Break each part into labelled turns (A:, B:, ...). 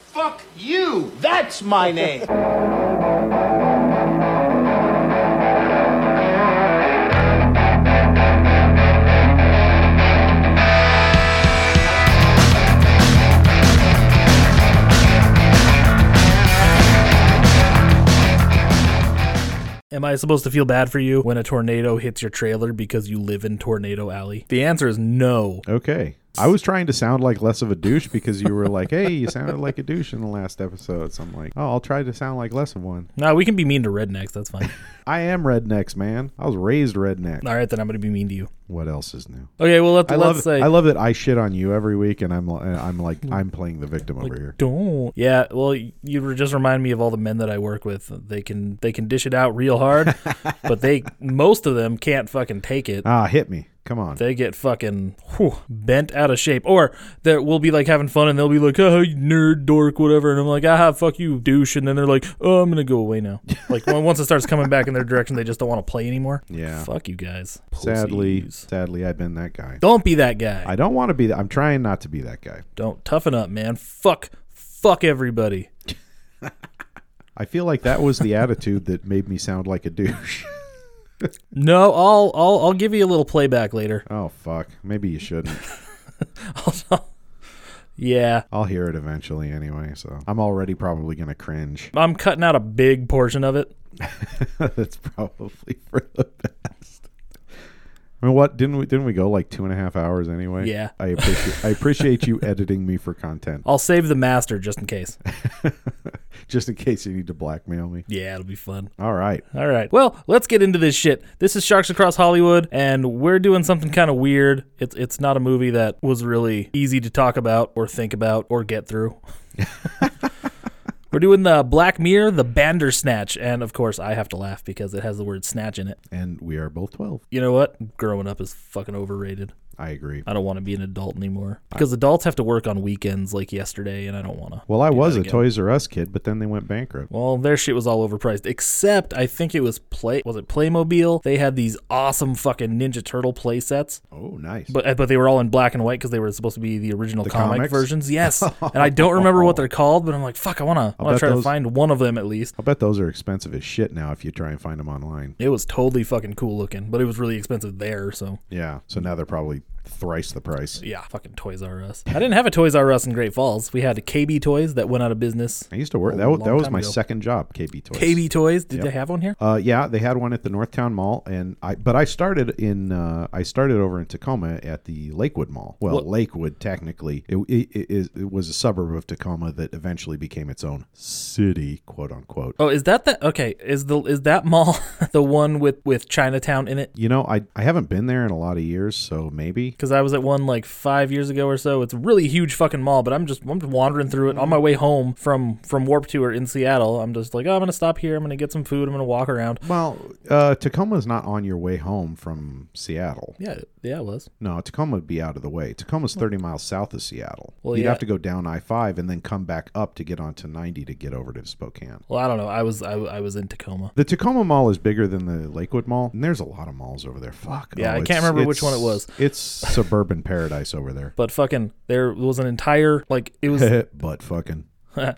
A: Fuck you! That's my name!
B: Am I supposed to feel bad for you when a tornado hits your trailer because you live in Tornado Alley? The answer is no.
C: Okay. I was trying to sound like less of a douche because you were like, hey, you sounded like a douche in the last episode. So I'm like, oh, I'll try to sound like less of one.
B: No, we can be mean to rednecks. That's fine.
C: I am rednecks, man. I was raised redneck.
B: All right, then I'm going to be mean to you.
C: What else is new?
B: Okay, well, let's,
C: I
B: let's
C: love
B: say.
C: I love that I shit on you every week and I'm li- I'm like I'm playing the victim over here.
B: don't. Yeah, well, you were just remind me of all the men that I work with. They can they can dish it out real hard, but they most of them can't fucking take it.
C: Ah, hit me. Come on.
B: they get fucking whew, bent out of shape. Or that we'll be like having fun and they'll be like, oh, you nerd, dork, whatever. And I'm like, ah, fuck you, douche. And then they're like, oh, I'm going to go away now. like, when, once it starts coming back in their direction, they just don't want to play anymore.
C: Yeah.
B: Fuck you guys.
C: Sadly,
B: Pussies.
C: sadly I've been that guy.
B: Don't be that guy.
C: I don't want to be that. I'm trying not to be that guy.
B: don't toughen up, man. Fuck. Fuck everybody.
C: I feel like that was the attitude that made me sound like a douche.
B: No, I'll I'll I'll give you a little playback later.
C: Oh fuck. Maybe you shouldn't.
B: yeah.
C: I'll hear it eventually anyway, so I'm already probably going to cringe.
B: I'm cutting out a big portion of it.
C: That's probably for the best. I mean, what didn't we didn't we go like two and a half hours anyway?
B: Yeah. Oh.
C: I appreciate I appreciate you editing me for content,
B: I'll save the master just in case.
C: just in case you need to blackmail me.
B: Yeah, it'll be fun.
C: All right,
B: All right. Well, let's get into this shit. This is Sharks Across Hollywood, and we're doing something kind of weird. It's it's not a movie that was really easy to talk about or think about or get through. we're doing the Black Mirror, the Bandersnatch, and of course I have to laugh because it has the word snatch in it.
C: and we are both twelve.
B: You know what? Growing up is fucking overrated.
C: I agree.
B: I don't want to be an adult anymore because adults have to work on weekends like yesterday, and I don't want to.
C: Well, I was a
B: again.
C: Toys R Us kid, but then they went bankrupt.
B: Well, their shit was all overpriced. Except I think it was play was it Playmobil? They had these awesome fucking Ninja Turtle play sets,
C: Oh, nice.
B: but uh, but they were all in black and white because they were supposed to be the original comic
C: comics?
B: versions. Yes, and I don't remember what they're called, but I'm like, fuck, I wanna I wanna
C: bet
B: try to
C: those-
B: find one of them at least.
C: I'll bet those are expensive as shit now if you try and find them online.
B: It was totally fucking cool looking, but it was really expensive there, so
C: Yeah. So now they're probably thrice the price.
B: yeah, fucking Toys R Us. I didn't have a Toys R Us in Great Falls. We had KB Toys that went out of business.
C: I used to work.
B: A
C: That, wa-
B: long
C: that was
B: time
C: my
B: ago.
C: second job, KB Toys.
B: KB Toys, did they have one here?
C: Uh, yeah, they had one at the Northtown Mall, and I. But I started in. Uh, I started over in Tacoma at the Lakewood Mall. Well, Lakewood technically it, it, it is it was a suburb of Tacoma that eventually became its own city, quote unquote.
B: Oh, is that the okay? Is the is that mall the one with with Chinatown in it?
C: You know, I I haven't been there in a lot of years, so maybe.
B: Because I was at one like five years ago or so. It's a really huge fucking mall, but I'm just I'm just wandering through it on my way home from from Warp Tour in Seattle. I'm just like, oh, I'm gonna stop here. I'm gonna get some food. I'm gonna walk around.
C: Well, uh, Tacoma's not on your way home from Seattle.
B: Yeah, yeah, it was.
C: No, Tacoma would be out of the way. Tacoma's 30 miles south of Seattle.
B: Well,
C: You'd
B: yeah.
C: have to go down I 5 and then come back up to get onto 90 to get over to Spokane.
B: Well, I don't know. I was I, I was in Tacoma.
C: The Tacoma Mall is bigger than the Lakewood Mall, and there's a lot of malls over there. Fuck.
B: Yeah, I
C: it's-
B: can't remember which
C: it's-
B: one it was.
C: It's suburban paradise over there.
B: But fucking, there was an entire like it was
C: but fucking.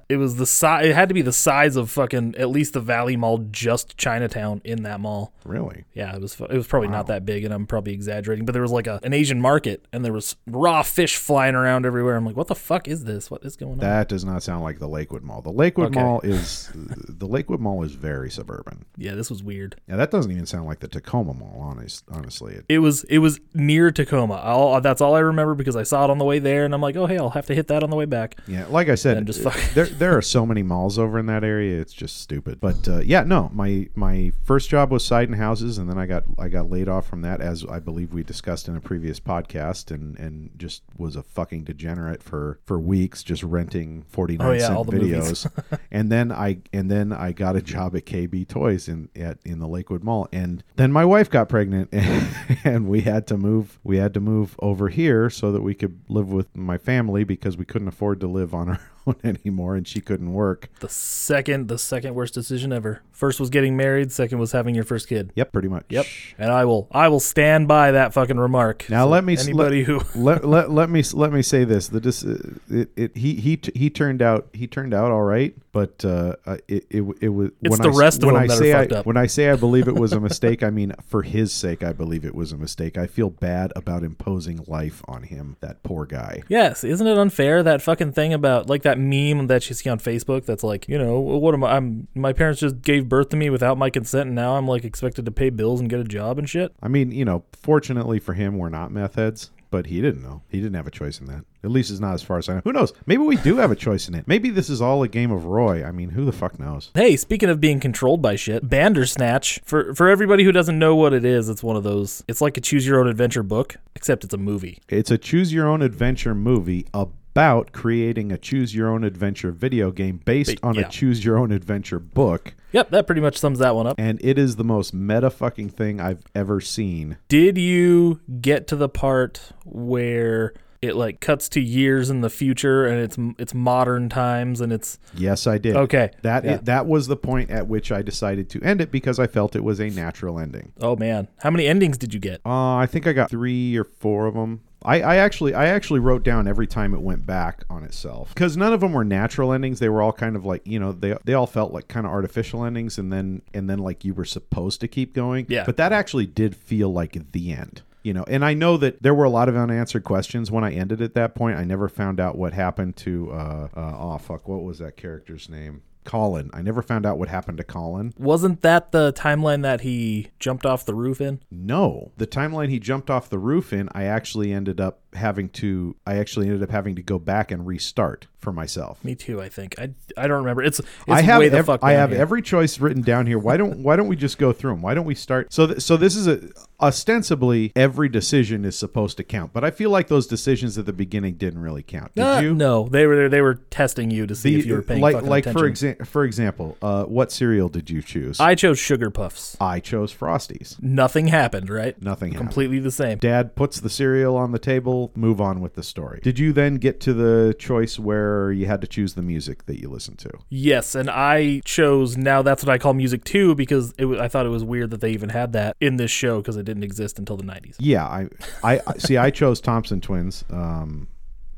B: it was the size. It had to be the size of fucking at least the Valley Mall, just Chinatown in that mall.
C: Really?
B: Yeah, it was fu- it was probably not that big, and I'm probably exaggerating, but there was like a, an Asian market, and there was raw fish flying around everywhere. I'm like, what the fuck is this? What is going on?
C: That does not sound like the Lakewood Mall. The Lakewood
B: Okay.
C: Mall is the Lakewood Mall is very suburban.
B: Yeah, this was weird.
C: Yeah, that doesn't even sound like the Tacoma Mall. Honest, honestly, it,
B: It was it was near Tacoma. All that's all I remember because I saw it on the way there, and I'm like, oh hey, I'll have to hit that on the way back.
C: Yeah, like I said,
B: And just fuck-
C: there there are so many malls over in that area. It's just stupid. But uh, yeah, no, my my first job was siding houses, and then I got I got laid off from that, as I believe we discussed in a previous podcast, and and just was a fucking degenerate for for weeks, just renting forty nine
B: Oh, yeah,
C: cent
B: all the movies.
C: videos. and then I and then I got a job at KB Toys in at in the Lakewood Mall, and then my wife got pregnant, and, and we had to move we had to move over here so that we could live with my family because we couldn't afford to live on our own anymore. anymore and she couldn't work.
B: The second, the second worst decision ever. First was getting married. Second was having your first kid.
C: Yep, pretty much.
B: Yep. And I will, I will stand by that fucking remark.
C: Now
B: So
C: let me s-
B: anybody
C: let,
B: who
C: let, let let me s- let me say this. The dis, it, it he he t- he turned out he turned out all right, but uh, uh, it it w- it was
B: It's
C: when
B: the
C: I s-
B: rest of
C: when
B: them
C: I
B: that are
C: say
B: fucked
C: I,
B: up.
C: when I say I believe it was a mistake, I mean for his sake, I believe it was a mistake. I feel bad about imposing life on him, that poor guy.
B: Yes, isn't it unfair that fucking thing about like that meme that you see on Facebook that's like, you know, what am I I'm my parents just gave birth to me without my consent and now I'm like expected to pay bills and get a job and shit.
C: I mean, you know, fortunately for him, we're not meth heads, but he didn't know. He didn't have a choice in that. At least it's not as far as I know. Who knows? Maybe we do have a choice in it. Maybe this is all a game of Roy. I mean, who the fuck knows?
B: Hey, speaking of being controlled by shit, Bandersnatch, for for everybody who doesn't know what it is, it's one of those it's like a choose your own adventure book, except it's a movie.
C: It's a choose your own adventure movie about creating a choose your own adventure video game based on
B: yeah.
C: a choose your own adventure book,
B: Yep, that pretty much sums that one up.
C: and it is the most meta fucking thing I've ever seen.
B: Did you get to the part where it like cuts to years in the future and it's it's modern times and it's
C: Yes, I did.
B: Okay.
C: That
B: Yeah.
C: that was the point at which I decided to end it because I felt it was a natural ending.
B: oh man, how many endings did you get?
C: Uh, I think I got three or four of them. I, I actually I actually wrote down every time it went back on itself because none of them were natural endings. They were all kind of like you know they they all felt like kind of artificial endings, and then and then like you were supposed to keep going.
B: Yeah.
C: But that actually did feel like the end. You know, and I know that there were a lot of unanswered questions when I ended at that point. I never found out what happened to uh, uh oh fuck what was that character's name Colin. I never found out what happened to Colin.
B: Wasn't that the timeline that he jumped off the roof in?
C: No, the timeline he jumped off the roof in, I actually ended up having to. I actually ended up having to go back and restart for myself.
B: Me too, I think. I, I don't remember. It's, it's
C: I have
B: way the
C: ev-
B: fuck
C: I
B: down
C: have
B: here.
C: every choice written down here. Why don't Why don't we just go through them? Why don't we start? So th- so this is a ostensibly every decision is supposed to count, but I feel like those decisions at the beginning didn't really count. Did
B: Uh,
C: you?
B: No, they were they were testing you to see if you were paying
C: like
B: fucking
C: like
B: attention.
C: for example for example, uh, what cereal did you choose?
B: I chose sugar puffs.
C: I chose Frosties.
B: Nothing happened, right?
C: Nothing happened.
B: Completely the same.
C: Dad puts the cereal on the table, move on with the story. Did you then get to the choice where you had to choose the music that you listened to?
B: Yes, and I chose now that's what I call music too because it was, I thought it was weird that they even had that in this show because it didn't exist until the 90s.
C: Yeah, I, I, I see. I chose Thompson Twins, um,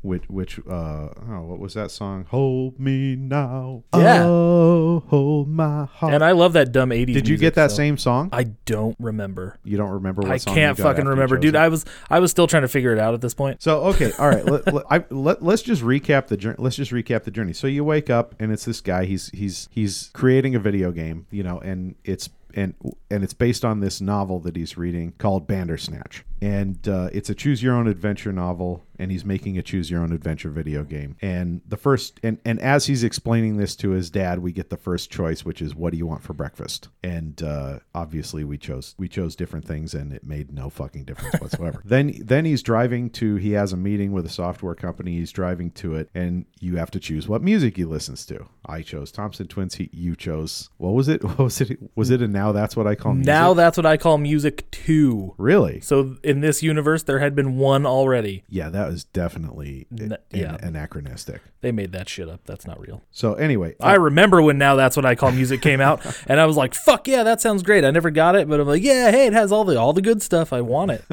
C: which, which, uh, oh, what was that song? Hold me now,
B: Yeah.
C: oh, hold my heart.
B: And I love that dumb 80s.
C: Did you
B: music,
C: get that
B: so-
C: same song?
B: I don't remember.
C: you don't remember what
B: I
C: song?
B: can't
C: you got
B: fucking
C: after you
B: remember,
C: chose
B: dude.
C: it?
B: I was I was still trying to figure it out at this point.
C: So okay, all right. let, let, I, let, us just recap the journey. Let's just recap the journey. So you wake up and it's this guy. He's he's he's creating a video game, you know, and it's and and it's based on this novel that he's reading called Bandersnatch, and uh, it's a choose your own adventure novel. And he's making a choose your own adventure video game. And the first and and as he's explaining this to his dad, we get the first choice, which is what do you want for breakfast? And uh, obviously we chose we chose different things, and it made no fucking difference whatsoever. then then he's driving to he has a meeting with a software company. He's driving to it, and you have to choose what music he listens to. I chose Thompson Twins. He, you chose what was it? What was it? Was it a now that's what I call music?
B: Now that's what I call music two.
C: really?
B: So in this universe, there had been one already.
C: Yeah, that was definitely
B: N-
C: an-
B: yeah.
C: anachronistic.
B: They made that shit up. That's not real.
C: So anyway,
B: I remember when Now That's What I Call Music came out, and I was like, "Fuck yeah, that sounds great." I never got it, but I'm like, "Yeah, hey, it has all the all the good stuff. I want it."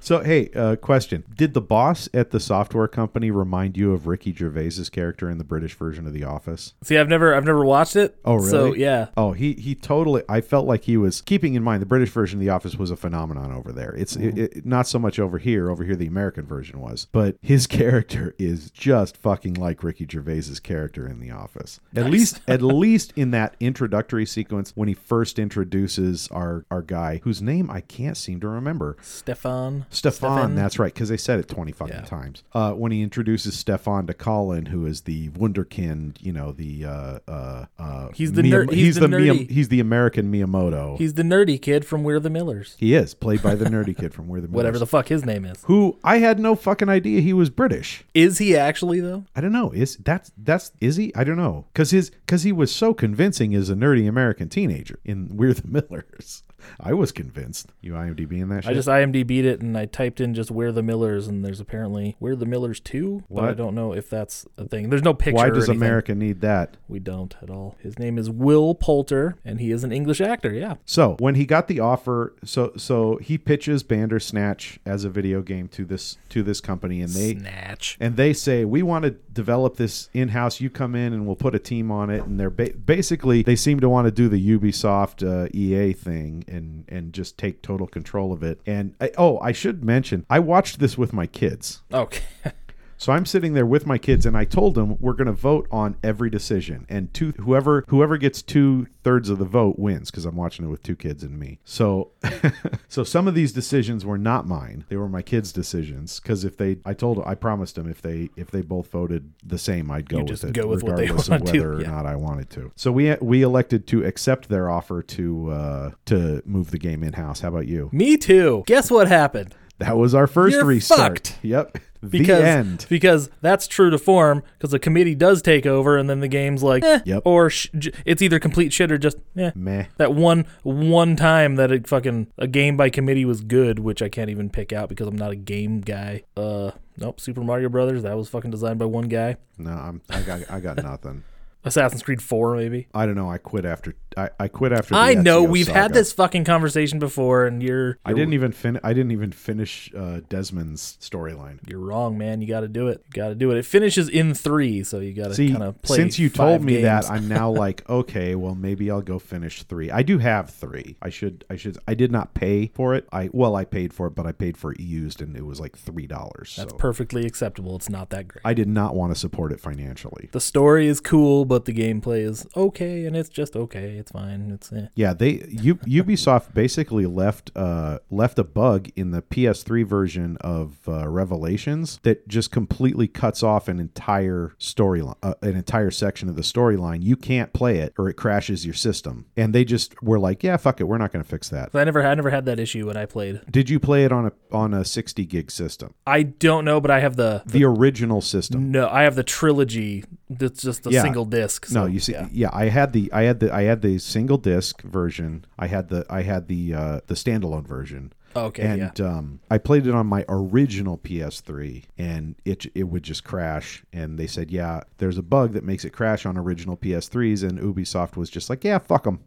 C: So, hey, uh, question. Did the boss at the software company remind you of Ricky Gervais's character in the British version of The Office?
B: See, I've never I've never watched it.
C: Oh, really?
B: So yeah,
C: Oh, he he totally. I felt like he was keeping in mind the British version of The Office was a phenomenon over there. It's it, it, not so much over here. Over here, the American version was, but his character is just fucking like Ricky Gervais's character in The Office. At least, at least in that introductory sequence when he first introduces our our guy, whose name I can't seem to remember.
B: Stefan.
C: Stefan, that's right, because they said it 20 fucking
B: Yeah.
C: times. Uh, when he introduces Stefan to Colin, who is the Wunderkind, you know, the. Uh, uh, uh,
B: He's the ner- he's the nerdy.
C: he's the American Miyamoto.
B: He's the nerdy kid from We're the Millers,
C: he is, played by the nerdy kid from Where the
B: whatever
C: Millers,
B: the fuck his name is.
C: Who I had no fucking idea he was British.
B: Is he actually though?
C: I don't know. Is that's that's is he? I don't know. Cause his cause he was so convincing as a nerdy American teenager in We're the Millers. I was convinced. You IMDb in that shit?
B: I just IMDb'd it and I typed in just "Where the Millers" and there's apparently "Where the Millers 2," but I
C: What?
B: don't know if that's a thing. There's no picture.
C: Why
B: or
C: does
B: anything.
C: America need that?
B: We don't at all. His name is Will Poulter and he is an English actor. Yeah,
C: So when he got the offer, so so he pitches Bandersnatch as a video game to this to this company, and they
B: snatch.
C: and they say we want to develop this in house. You come in and we'll put a team on it. And they're ba- basically they seem to want to do the Ubisoft uh, EA thing and and just take total control of it. And I, oh, I should mention I watched this with my kids.
B: Okay.
C: So I'm sitting there with my kids, and I told them we're going to vote on every decision, and two whoever whoever gets two thirds of the vote wins because I'm watching it with two kids and me. So, so some of these decisions were not mine; they were my kids' decisions. Because if they, I told, I promised them if they if they both voted the same, I'd go
B: You
C: with
B: just
C: it,
B: go with what they
C: regardless
B: want
C: of
B: to,
C: whether or
B: yeah.
C: not I wanted to. So we we elected to accept their offer to uh, to move the game in house. How about you?
B: Me too. Guess what happened?
C: That was our 1st
B: You're
C: restart.
B: fucked.
C: Yep.
B: Because
C: the end.
B: because that's true to form because the committee does take over and then the game's like eh,
C: Yep.
B: or sh- j- it's either complete shit or just eh.
C: Meh.
B: That one one time that it fucking a game by committee was good, which I can't even pick out because I'm not a game guy. Uh, nope. Super Mario Brothers that was fucking designed by one guy.
C: No, I'm I got I got nothing.
B: Assassin's Creed Four maybe.
C: I don't know. I quit after I, I quit after. the
B: I know
C: Ezio
B: we've had
C: saga.
B: this fucking conversation before, and you're
C: I didn't even fin. I didn't even finish uh, Desmond's storyline.
B: you're wrong, man. You got to do it. You got to do it. It finishes in three, so you got to
C: See,
B: kind of play.
C: since you
B: five
C: told me that,
B: games.
C: I'm now like, okay, well, maybe I'll go finish three. I do have three. I should. I should. I did not pay for it. I well, I paid for it, but I paid for it used, and it was like three dollars. So
B: that's perfectly acceptable. It's not that great.
C: I did not want to support it financially.
B: the story is cool, but the gameplay is okay, and it's just okay. It's fine. It's eh.
C: Yeah, they U, Ubisoft basically left uh, left a bug in the PS3 version of uh, Revelations that just completely cuts off an entire storyline, uh, an entire section of the storyline. You can't play it, or it crashes your system. And they just were like, "Yeah, fuck it, we're not going to fix that."
B: I never, I never had that issue when I played.
C: Did you play it on a on a 60 gig system,
B: I don't know, but I have the
C: the original system?
B: no, I have the trilogy. That's just a
C: Yeah.
B: single disc.
C: No,
B: so,
C: you see, yeah.
B: yeah.
C: I had the, I had the, I had the single disc version. I had the, I had the, uh, the standalone version.
B: Okay,
C: and um, I played it on my original PS3, and it it would just crash. And they said, "Yeah, there's a bug that makes it crash on original PS3s." And Ubisoft was just like, "Yeah, fuck them."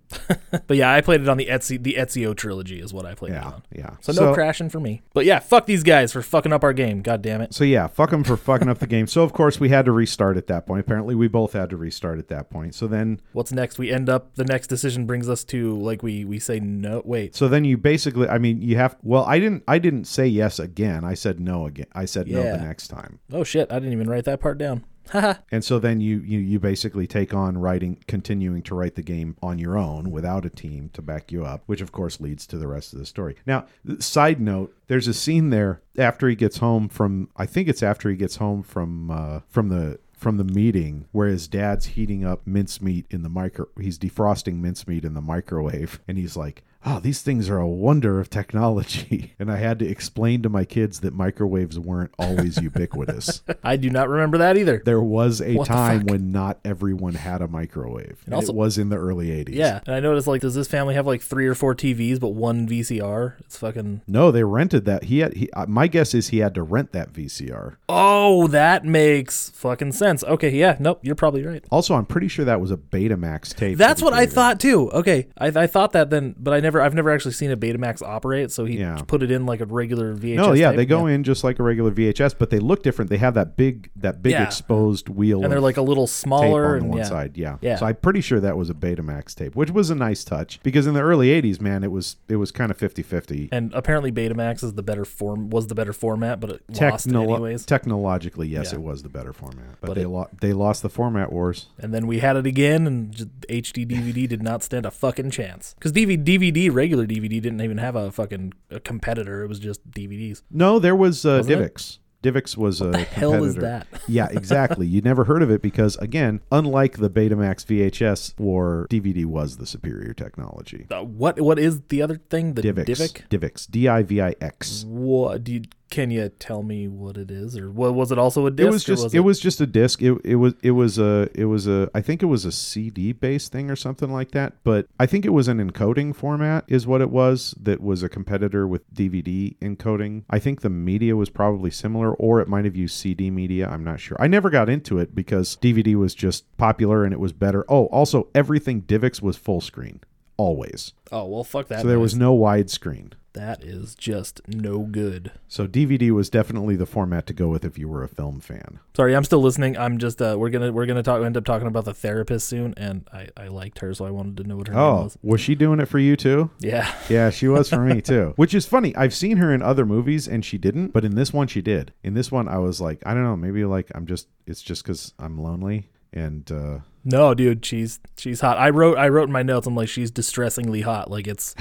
B: but yeah, I played it on the Etsy, the Ezio trilogy is what I played it
C: Yeah,
B: on.
C: yeah.
B: So, no crashing for me. But yeah, fuck these guys for fucking up our game. God damn it.
C: So yeah, fuck them for fucking up the game. So of course we had to restart at that point. Apparently we both had to restart at that point. So then,
B: What's next? We end up the next decision brings us to like we we say no. Wait.
C: so then you basically, I mean, you have. Well, I didn't, I didn't say yes again. I said no again. I said no the
B: Yeah.
C: next time.
B: Oh shit! I didn't even write that part down. Haha.
C: And so then you, you you basically take on writing, continuing to write the game on your own without a team to back you up, which of course leads to the rest of the story. Now, th- side note, there's a scene there after he gets home from I think it's after he gets home from uh, from the from the meeting where his dad's heating up mincemeat in the micro he's defrosting mincemeat in the microwave and he's like oh these things are a wonder of technology and i had to explain to my kids that microwaves weren't always ubiquitous
B: I do not remember that either.
C: there was a
B: What the
C: time
B: fuck?
C: when not everyone had a microwave. And
B: also-
C: it was in the early 80s.
B: Yeah, and I noticed like, does this family have like three or four TVs but one VCR? It's fucking.
C: No, they rented that. He had. He, uh, my guess is he had to rent that VCR.
B: Oh, that makes fucking sense. Okay, yeah, nope, you're probably right.
C: Also, I'm pretty sure that was a Betamax tape.
B: That's
C: that he
B: what I
C: gave him.
B: thought too. Okay, I, I thought that then, but I never, I've never actually seen a Betamax operate. So he
C: Yeah.
B: put it in like a regular VHS.
C: No, yeah,
B: tape,
C: they go in just like a regular VHS, but they look different. They have that big, that big
B: Yeah.
C: exposed wheel,
B: and they're
C: of
B: like a little
C: tape
B: smaller
C: on the
B: and
C: one
B: yeah.
C: side. Yeah.
B: Yeah.
C: so I'm pretty sure that was a Betamax tape, which was a nice touch because in the early '80s, man, it was it was kind of 50-50.
B: And apparently, Betamax is the better form was the better format, but it lost
C: Technolo-
B: anyways.
C: technologically, yes,
B: Yeah.
C: it was the better format, but,
B: But
C: they
B: it-
C: lo- they lost the format wars.
B: and then we had it again, and j- HD DVD did not stand a fucking chance because DVD, DVD, regular DVD didn't even have a fucking a competitor. It was just DVDs.
C: No, there was uh,
B: Wasn't it?
C: Divx. Divx was a
B: hell is
C: competitor.
B: that?
C: yeah, exactly. You never heard of it because, again, unlike the Betamax VHS or DVD, was the superior technology.
B: Uh, what what is the other thing? The
C: Divx.
B: Divic.
C: Divx. D i v i x.
B: What do you, Can you tell me what it is, or what was it? Also a disc?
C: It was
B: or
C: just it, was just a disc. It, it was it was a it was a I think it was a CD based thing or something like that. But I think it was an encoding format is what it was that was a competitor with DVD encoding. I think the media was probably similar, or it might have used CD media. I'm not sure. I never got into it because DVD was just popular and it was better. Oh, also everything DivX was full screen always,
B: Oh well, fuck that.
C: so there
B: noise.
C: was no widescreen.
B: that is just no good.
C: So DVD was definitely the format to go with if you were a film fan.
B: Sorry, I'm still listening. I'm just uh, we're gonna we're gonna talk end up talking about the therapist soon, and I I liked her, so I wanted to know what her name
C: Oh,
B: was.
C: was she doing it for you too?
B: Yeah,
C: Yeah, she was for me too. Which is funny. I've seen her in other movies and she didn't, but in this one she did. In this one I was like, I don't know, maybe like I'm just it's just cuz I'm lonely and uh
B: no, dude, she's she's hot. I wrote I wrote in my notes. I'm like she's distressingly hot. Like it's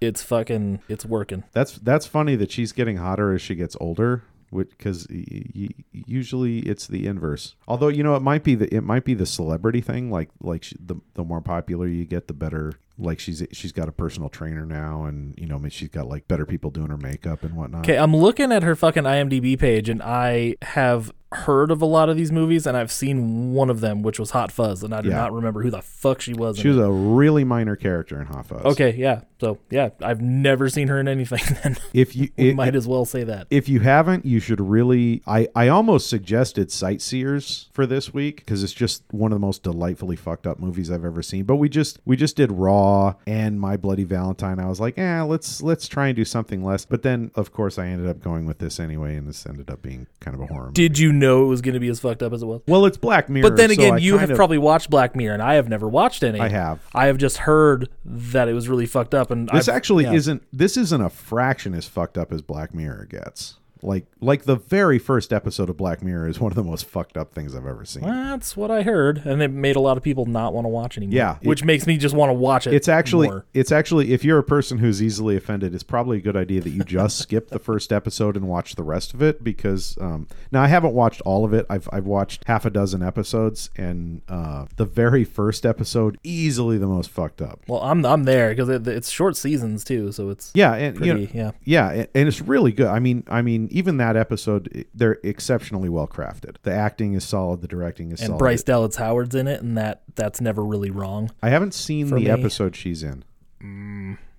B: it's fucking it's working.
C: that's that's funny that she's getting hotter as she gets older because y- y- usually it's the inverse. Although you know it might be the it might be the celebrity thing. Like like she, the the more popular you get, the better. Like she's she's got a personal trainer now, and you know I mean, she's got like better people doing her makeup and whatnot.
B: Okay, I'm looking at her fucking IMDb page, and I have heard of a lot of these movies, and I've seen one of them, which was Hot Fuzz, and I do
C: Yeah.
B: not remember who the fuck she was. in
C: She was
B: it.
C: a really minor character in Hot Fuzz.
B: okay, yeah. So yeah, I've never seen her in anything. Then
C: If you
B: we
C: it-
B: might as well say that.
C: if you haven't, you should really. I, I almost suggested Sightseers for this week because it's just one of the most delightfully fucked up movies I've ever seen. But we just we just did Raw and My Bloody Valentine. I was like, eh, let's let's try and do something less. But then, of course, I ended up going with this anyway, and this ended up being kind of a horror. movie.
B: Did you know it was going to be as fucked up as it was?
C: Well, it's Black Mirror.
B: But then
C: so
B: again,
C: I
B: you
C: kind
B: have
C: of-
B: probably watched Black Mirror, and I have never watched any.
C: I have.
B: I have just heard that it was really fucked up, and
C: This
B: I've-
C: actually
B: yeah.
C: isn't. This isn't a fraction as fucked up as Black Mirror gets. Like like the very first episode of Black Mirror is one of the most fucked up things I've ever seen.
B: That's what I heard, and it made a lot of people not want to watch anymore.
C: Yeah, it-
B: which makes me just want to watch it.
C: It's actually
B: more.
C: it's actually if you're a person who's easily offended, it's probably a good idea that you just skip the first episode and watch the rest of it because um, now I haven't watched all of it. I've I've watched half a dozen episodes and uh, the very first episode easily the most fucked up.
B: well, I'm I'm there because it, it's short seasons too, so it's
C: Yeah, and you
B: Pretty,
C: know,
B: yeah.
C: yeah, and- and it's really good. I mean, I mean, even that episode, it- they're exceptionally well crafted. The acting is solid, the directing is
B: and
C: solid.
B: Bryce Dallas Howard's in it, and that that's never really wrong.
C: I haven't seen the
B: me.
C: episode she's in.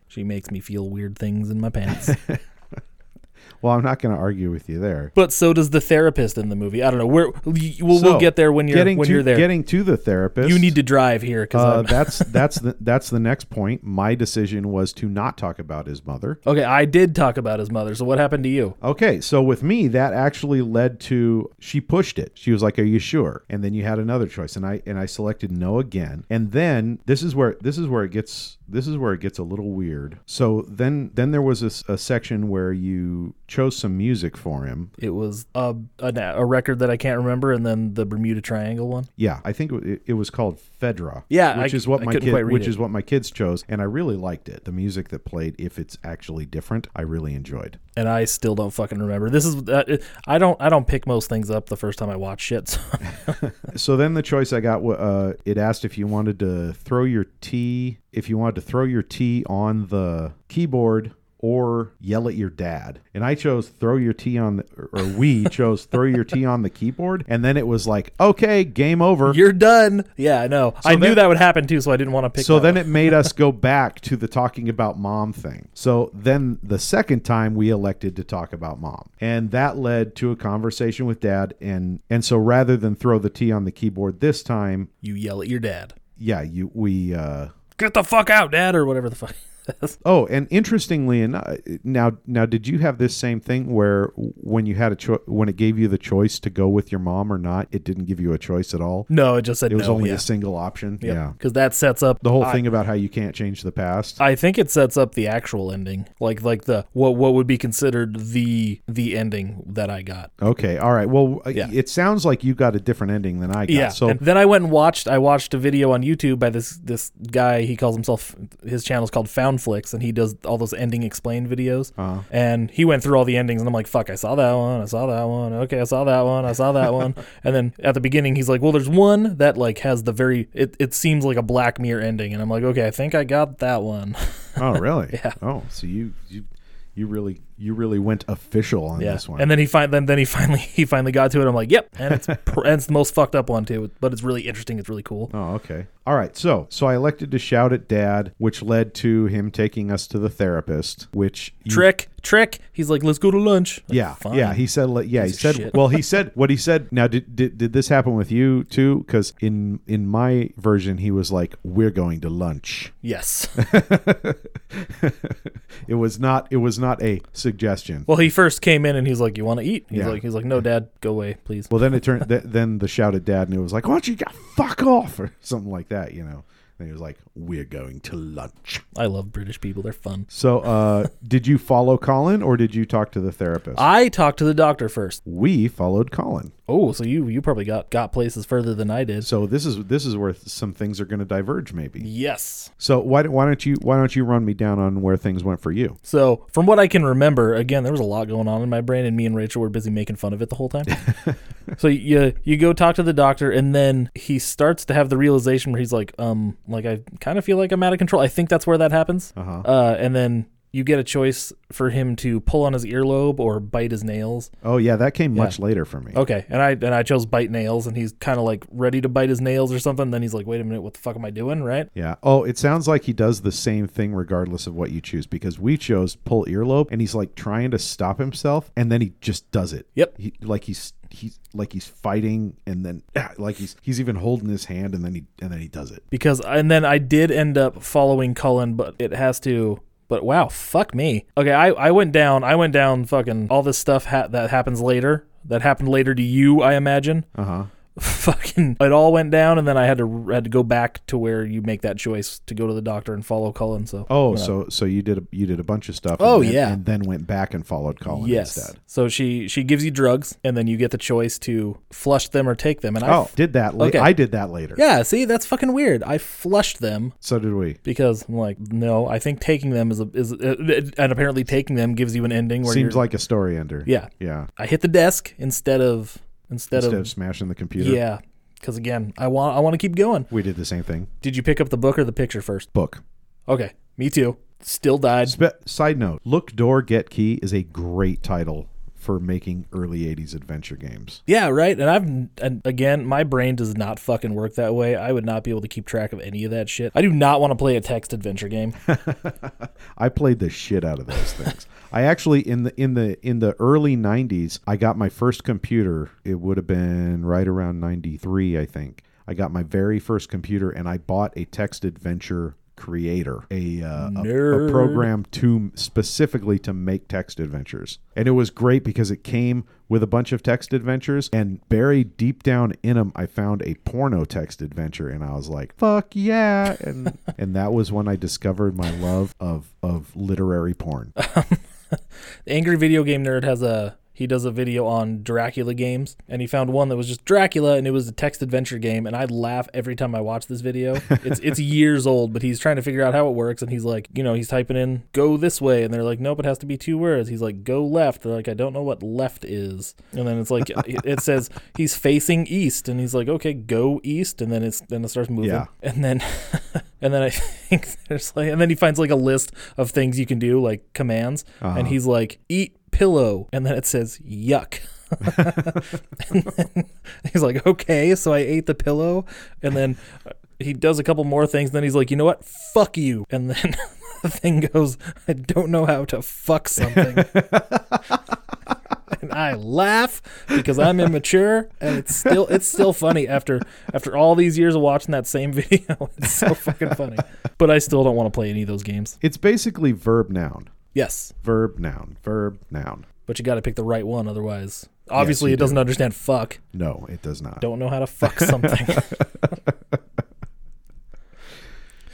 B: She makes me feel weird things in my pants.
C: Well, I'm not going to argue with you there.
B: but so does the therapist in the movie. I don't know. We're, y- we'll,
C: So,
B: we'll get there when you're
C: getting
B: when
C: to,
B: you're there.
C: Getting to the therapist.
B: you need to drive here
C: Uh,
B: because
C: that's that's the that's the next point. My decision was to not talk about his mother.
B: okay, I did talk about his mother. So what happened to you?
C: Okay, so with me, that actually led to she pushed it. She was like, "Are you sure?" And then you had another choice, and I and I selected no again. And then this is where this is where it gets this is where it gets a little weird. So then then there was this, a section where you chose some music for him,
B: It was a, a a record that I can't remember, and then the Bermuda Triangle one.
C: Yeah, I think it, it was called Fedra.
B: Yeah, I
C: which
B: c-
C: is what
B: I
C: my
B: couldn't
C: kid,
B: quite read
C: which
B: it.
C: is what my kids chose, and I really liked it. The music that played, if it's actually different, I really enjoyed.
B: and I still don't fucking remember. This is uh, I don't I don't pick most things up the first time I watch shit. So
C: So then the choice I got, wa- uh, it asked if you wanted to throw your tea, if you wanted to throw your tea on the keyboard. Or yell at your dad, and I chose throw your tea on, the, or- or we chose throw your tea on the keyboard, and then it was like, okay, game over.
B: you're done. Yeah, I know. I knew
C: then-
B: that would happen too, so I didn't want to pick.
C: So
B: that
C: then
B: up.
C: it made us go back to the talking about mom thing. So then the second time we elected to talk about mom. And that led to a conversation with dad and and so rather than throw the T on the keyboard this time,
B: you yell at your dad,
C: yeah, you we uh
B: "Get the fuck out, dad," or whatever the fuck.
C: Oh, and interestingly enough, now now did you have this same thing where when you had a choice when it gave you the choice to go with your mom or not, it didn't give you a choice at all?
B: no, it just said
C: It was
B: no.
C: only
B: yeah.
C: a single option. Yeah.
B: because that sets up
C: The whole thing about how you can't change the past.
B: I think it sets up the actual ending, like like the what what would be considered the the ending that I got.
C: Okay. All right. Well, uh,
B: Yeah.
C: it sounds like you got a different ending than I got.
B: Yeah.
C: So
B: and then I went and watched. I watched a video on YouTube by this this guy. He calls himself his channel's called Found Flicks, and he does all those ending explained videos.
C: Uh-huh.
B: And he went through all the endings, and I'm like, "Fuck! I saw that one. I saw that one. Okay, I saw that one. I saw that one." And then at the beginning, he's like, "Well, there's one that like has the very it it seems like a Black Mirror ending," and I'm like, "Okay, I think I got that one."
C: oh, really? yeah. Oh, so you you you really you really went official on
B: Yeah.
C: this one.
B: And then he fin- then then he finally he finally got to it. I'm like, yep. And it's pr- and it's the most fucked up one too, but it's really interesting. It's really cool.
C: Oh, okay. All right. So, so I elected to shout at dad, which led to him taking us to the therapist, which you-
B: Trick, trick. He's like, let's go to lunch. Like,
C: Mm. Yeah,
B: fine.
C: yeah. He said, li- yeah.
B: Piece
C: he
B: of
C: said,
B: shit.
C: well, he said what he said. Now, did, did did this happen with you too? Because in in my version, he was like, "We're going to lunch."
B: yes.
C: It was not. It was not a suggestion. Well,
B: Well, he first came in and he's like, you want to eat? He's
C: Yeah.
B: like, he's like, no, dad, go away, please.
C: then it turned. Th- then the shout at dad, and it was like, "Why don't you get fuck off?" or something like that. You know. And he was like, "We're going to lunch."
B: I love British people. They're fun.
C: So, uh, did you follow Colin or did you talk to the therapist?
B: I talked to the doctor first.
C: we followed Colin.
B: Oh, so you you probably got got places further than I did.
C: So this is this is where some things are going to diverge, maybe.
B: Yes.
C: So why don't- why don't you why don't you run me down on where things went for you?
B: So, from what I can remember, again, there was a lot going on in my brain, and me and Rachel were busy making fun of it the whole time. so you you go talk to the doctor, and then he starts to have the realization where he's like, um, like I kind of feel like I'm out of control. I think that's where that happens.
C: Uh-huh.
B: Uh, and then you get a choice for him to pull on his earlobe or bite his nails.
C: Oh yeah, that came much later for me.
B: Okay, and I and I chose bite nails, and he's kind of like ready to bite his nails or something. Then he's like, wait a minute, what the fuck am I doing? Right?
C: Yeah. Oh, it sounds like he does the same thing regardless of what you choose because we chose pull earlobe and he's like trying to stop himself and then he just does it.
B: Yep.
C: He, like he's he's like he's fighting and then ah, like he's he's even holding his hand and then he and then he does it.
B: because and then I did end up following Cullen, but it has to. But wow, fuck me. Okay, I, I went down. I went down. Fucking all this stuff ha- that happens later. That happened later to you, I imagine.
C: Uh huh.
B: Fucking, it all went down, and then I had to had to go back to where you make that choice to go to the doctor and follow Cullen. So
C: Oh, so so you did a, you did a bunch of stuff.
B: Oh,
C: and then,
B: yeah.
C: and then went back and followed Colin
B: yes.
C: instead.
B: So she she gives you drugs, and then you get the choice to flush them or take them. And I
C: Oh,
B: f-
C: did that? La-
B: Okay.
C: I did that later.
B: yeah, see that's fucking weird. I flushed them.
C: So did we.
B: because I'm like no, I think taking them is a is uh, and apparently taking them gives you an ending where
C: Seems
B: you're,
C: like a story ender.
B: yeah,
C: Yeah.
B: I hit the desk instead of instead,
C: Instead
B: of,
C: of smashing the computer.
B: yeah, because again, I want I want to keep going.
C: We did the same thing.
B: Did you pick up the book or the picture first?
C: Book.
B: Okay, me too. Still died.
C: Spe- side note: Look, door, get key is a great title for making early '80s adventure games.
B: Yeah, right. And I've and again, my brain does not fucking work that way. I would not be able to keep track of any of that shit. I do not want to play a text adventure game.
C: I played the shit out of those things. I actually in the in the in the early '90s, I got my first computer. It would have been right around '93, I think. I got my very first computer, and I bought a text adventure creator, a uh, a- a,
B: Nerd.
C: program to specifically to make text adventures. And it was great because it came with a bunch of text adventures, and buried deep down in them, I found a porno text adventure, and I was like, "Fuck yeah!" And and that was when I discovered my love of of literary porn.
B: Angry Video Game Nerd has a he does a video on Dracula games, and he found one that was just Dracula, and it was a text adventure game, and I laugh every time I watch this video. It's it's years old, but he's trying to figure out how it works, and he's like, you know, he's typing in "go this way," and they're like, nope, it has to be two words. He's like, "go left," they're like, I don't know what left is, and then it's like it it says he's facing east, and he's like, okay, go east, and then it's then it starts moving,
C: Yeah.
B: and then. And then I think there's like, and then he finds like a list of things you can do, like commands, and he's like, "Eat pillow," and then it says, "Yuck." and then he's like, "Okay," so I ate the pillow, and then he does a couple more things. And then he's like, "You know what? Fuck you," and then the thing goes, "I don't know how to fuck something." and I laugh because I'm immature, and it's still it's still funny after after all these years of watching that same video. It's so fucking funny. But I still don't want to play any of those games.
C: It's basically verb noun,
B: Yes,
C: verb noun, verb noun.
B: but you got to pick the right one, otherwise, obviously,
C: you
B: it doesn't understand fuck.
C: No, it does not.
B: Don't know how to fuck something.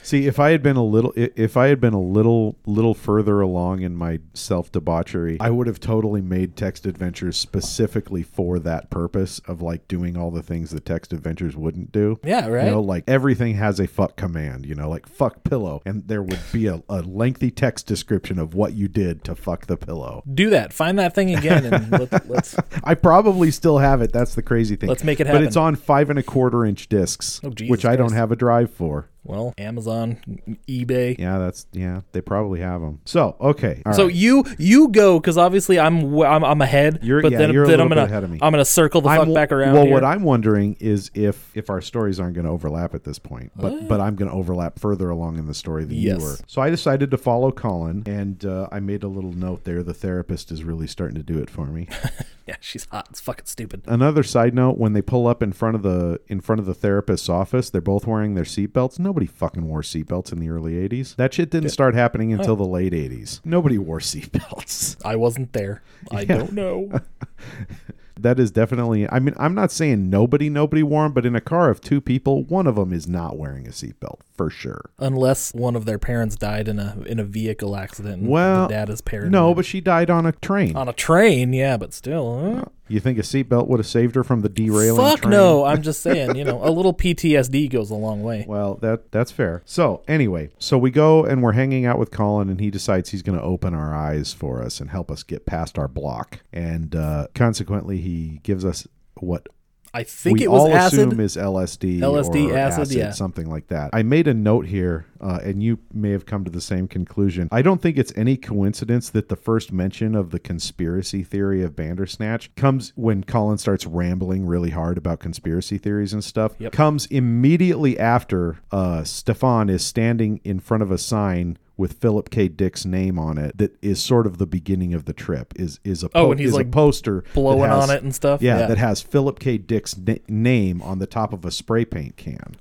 C: See, if I had been a little, i- if I had been a little, little further along in my self debauchery, I would have totally made text adventures specifically for that purpose of like doing all the things that text adventures wouldn't do.
B: Yeah,
C: You
B: right.
C: know, like everything has a fuck command. You know, like fuck pillow, and there would be a, a lengthy text description of what you did to fuck the pillow.
B: Do that. Find that thing again, and let, let's.
C: I probably still have it. That's the crazy thing.
B: Let's make it
C: But
B: happen. Oh,
C: it's on five and a quarter inch discs,
B: Jesus
C: which I don't
B: Christ.
C: have a drive for.
B: Well, Amazon, eBay.
C: Yeah, that's yeah. They probably have them. So okay, all
B: So
C: right.
B: you you go because obviously I'm, w- I'm I'm ahead.
C: You're-
B: but
C: yeah,
B: then,
C: you're a
B: then I'm
C: little
B: gonna
C: bit ahead of me.
B: I'm gonna circle the
C: I'm
B: fuck back around.
C: Well,
B: here.
C: what I'm wondering is if if our stories aren't going to overlap at this point, but but I'm going to overlap further along in the story than
B: Oh. Yes.
C: you were. So I decided to follow Colin, and uh, I made a little note there. The therapist is really starting to do it for me.
B: yeah, she's hot. It's fucking stupid.
C: Another side note: when they pull up in front of the in front of the therapist's office, they're both wearing their seatbelts. Nobody fucking wore seatbelts in the early '80s. That shit didn't start happening until the late '80s. Nobody wore seatbelts.
B: I wasn't there. I don't know.
C: That is definitely. I mean, I'm not saying nobody, nobody wore 'em, but in a car of two people, one of them is not wearing a seatbelt for sure.
B: Unless one of their parents died in a in a vehicle accident. and
C: Well,
B: the dad is paranoid.
C: No, but she died on a train.
B: on a train, yeah, but still. huh?
C: you think a seatbelt would have saved her from the derailing?
B: Fuck
C: train?
B: no! I'm just saying, you know, a little PTSD goes a long way.
C: Well, that that's fair. So anyway, so we go and we're hanging out with Colin, and he decides he's going to open our eyes for us and help us get past our block, and uh, consequently, he gives us what
B: I think
C: we
B: it was
C: all
B: acid.
C: assume is LSD,
B: LSD,
C: or
B: acid,
C: acid,
B: yeah.
C: something like that. I made a note here, uh, and you may have come to the same conclusion. I don't think it's any coincidence that the first mention of the conspiracy theory of Bandersnatch comes when Colin starts rambling really hard about conspiracy theories and stuff. Comes immediately after uh, Stefan is standing in front of a sign. With Philip K. Dick's name on it, that is sort of the beginning of the trip. Is is a
B: Oh, and he's,
C: is a
B: like,
C: poster that
B: blowing
C: has-
B: on it and stuff?
C: Yeah,
B: Yeah.
C: that has Philip K. Dick's na- name on the top of a spray paint can.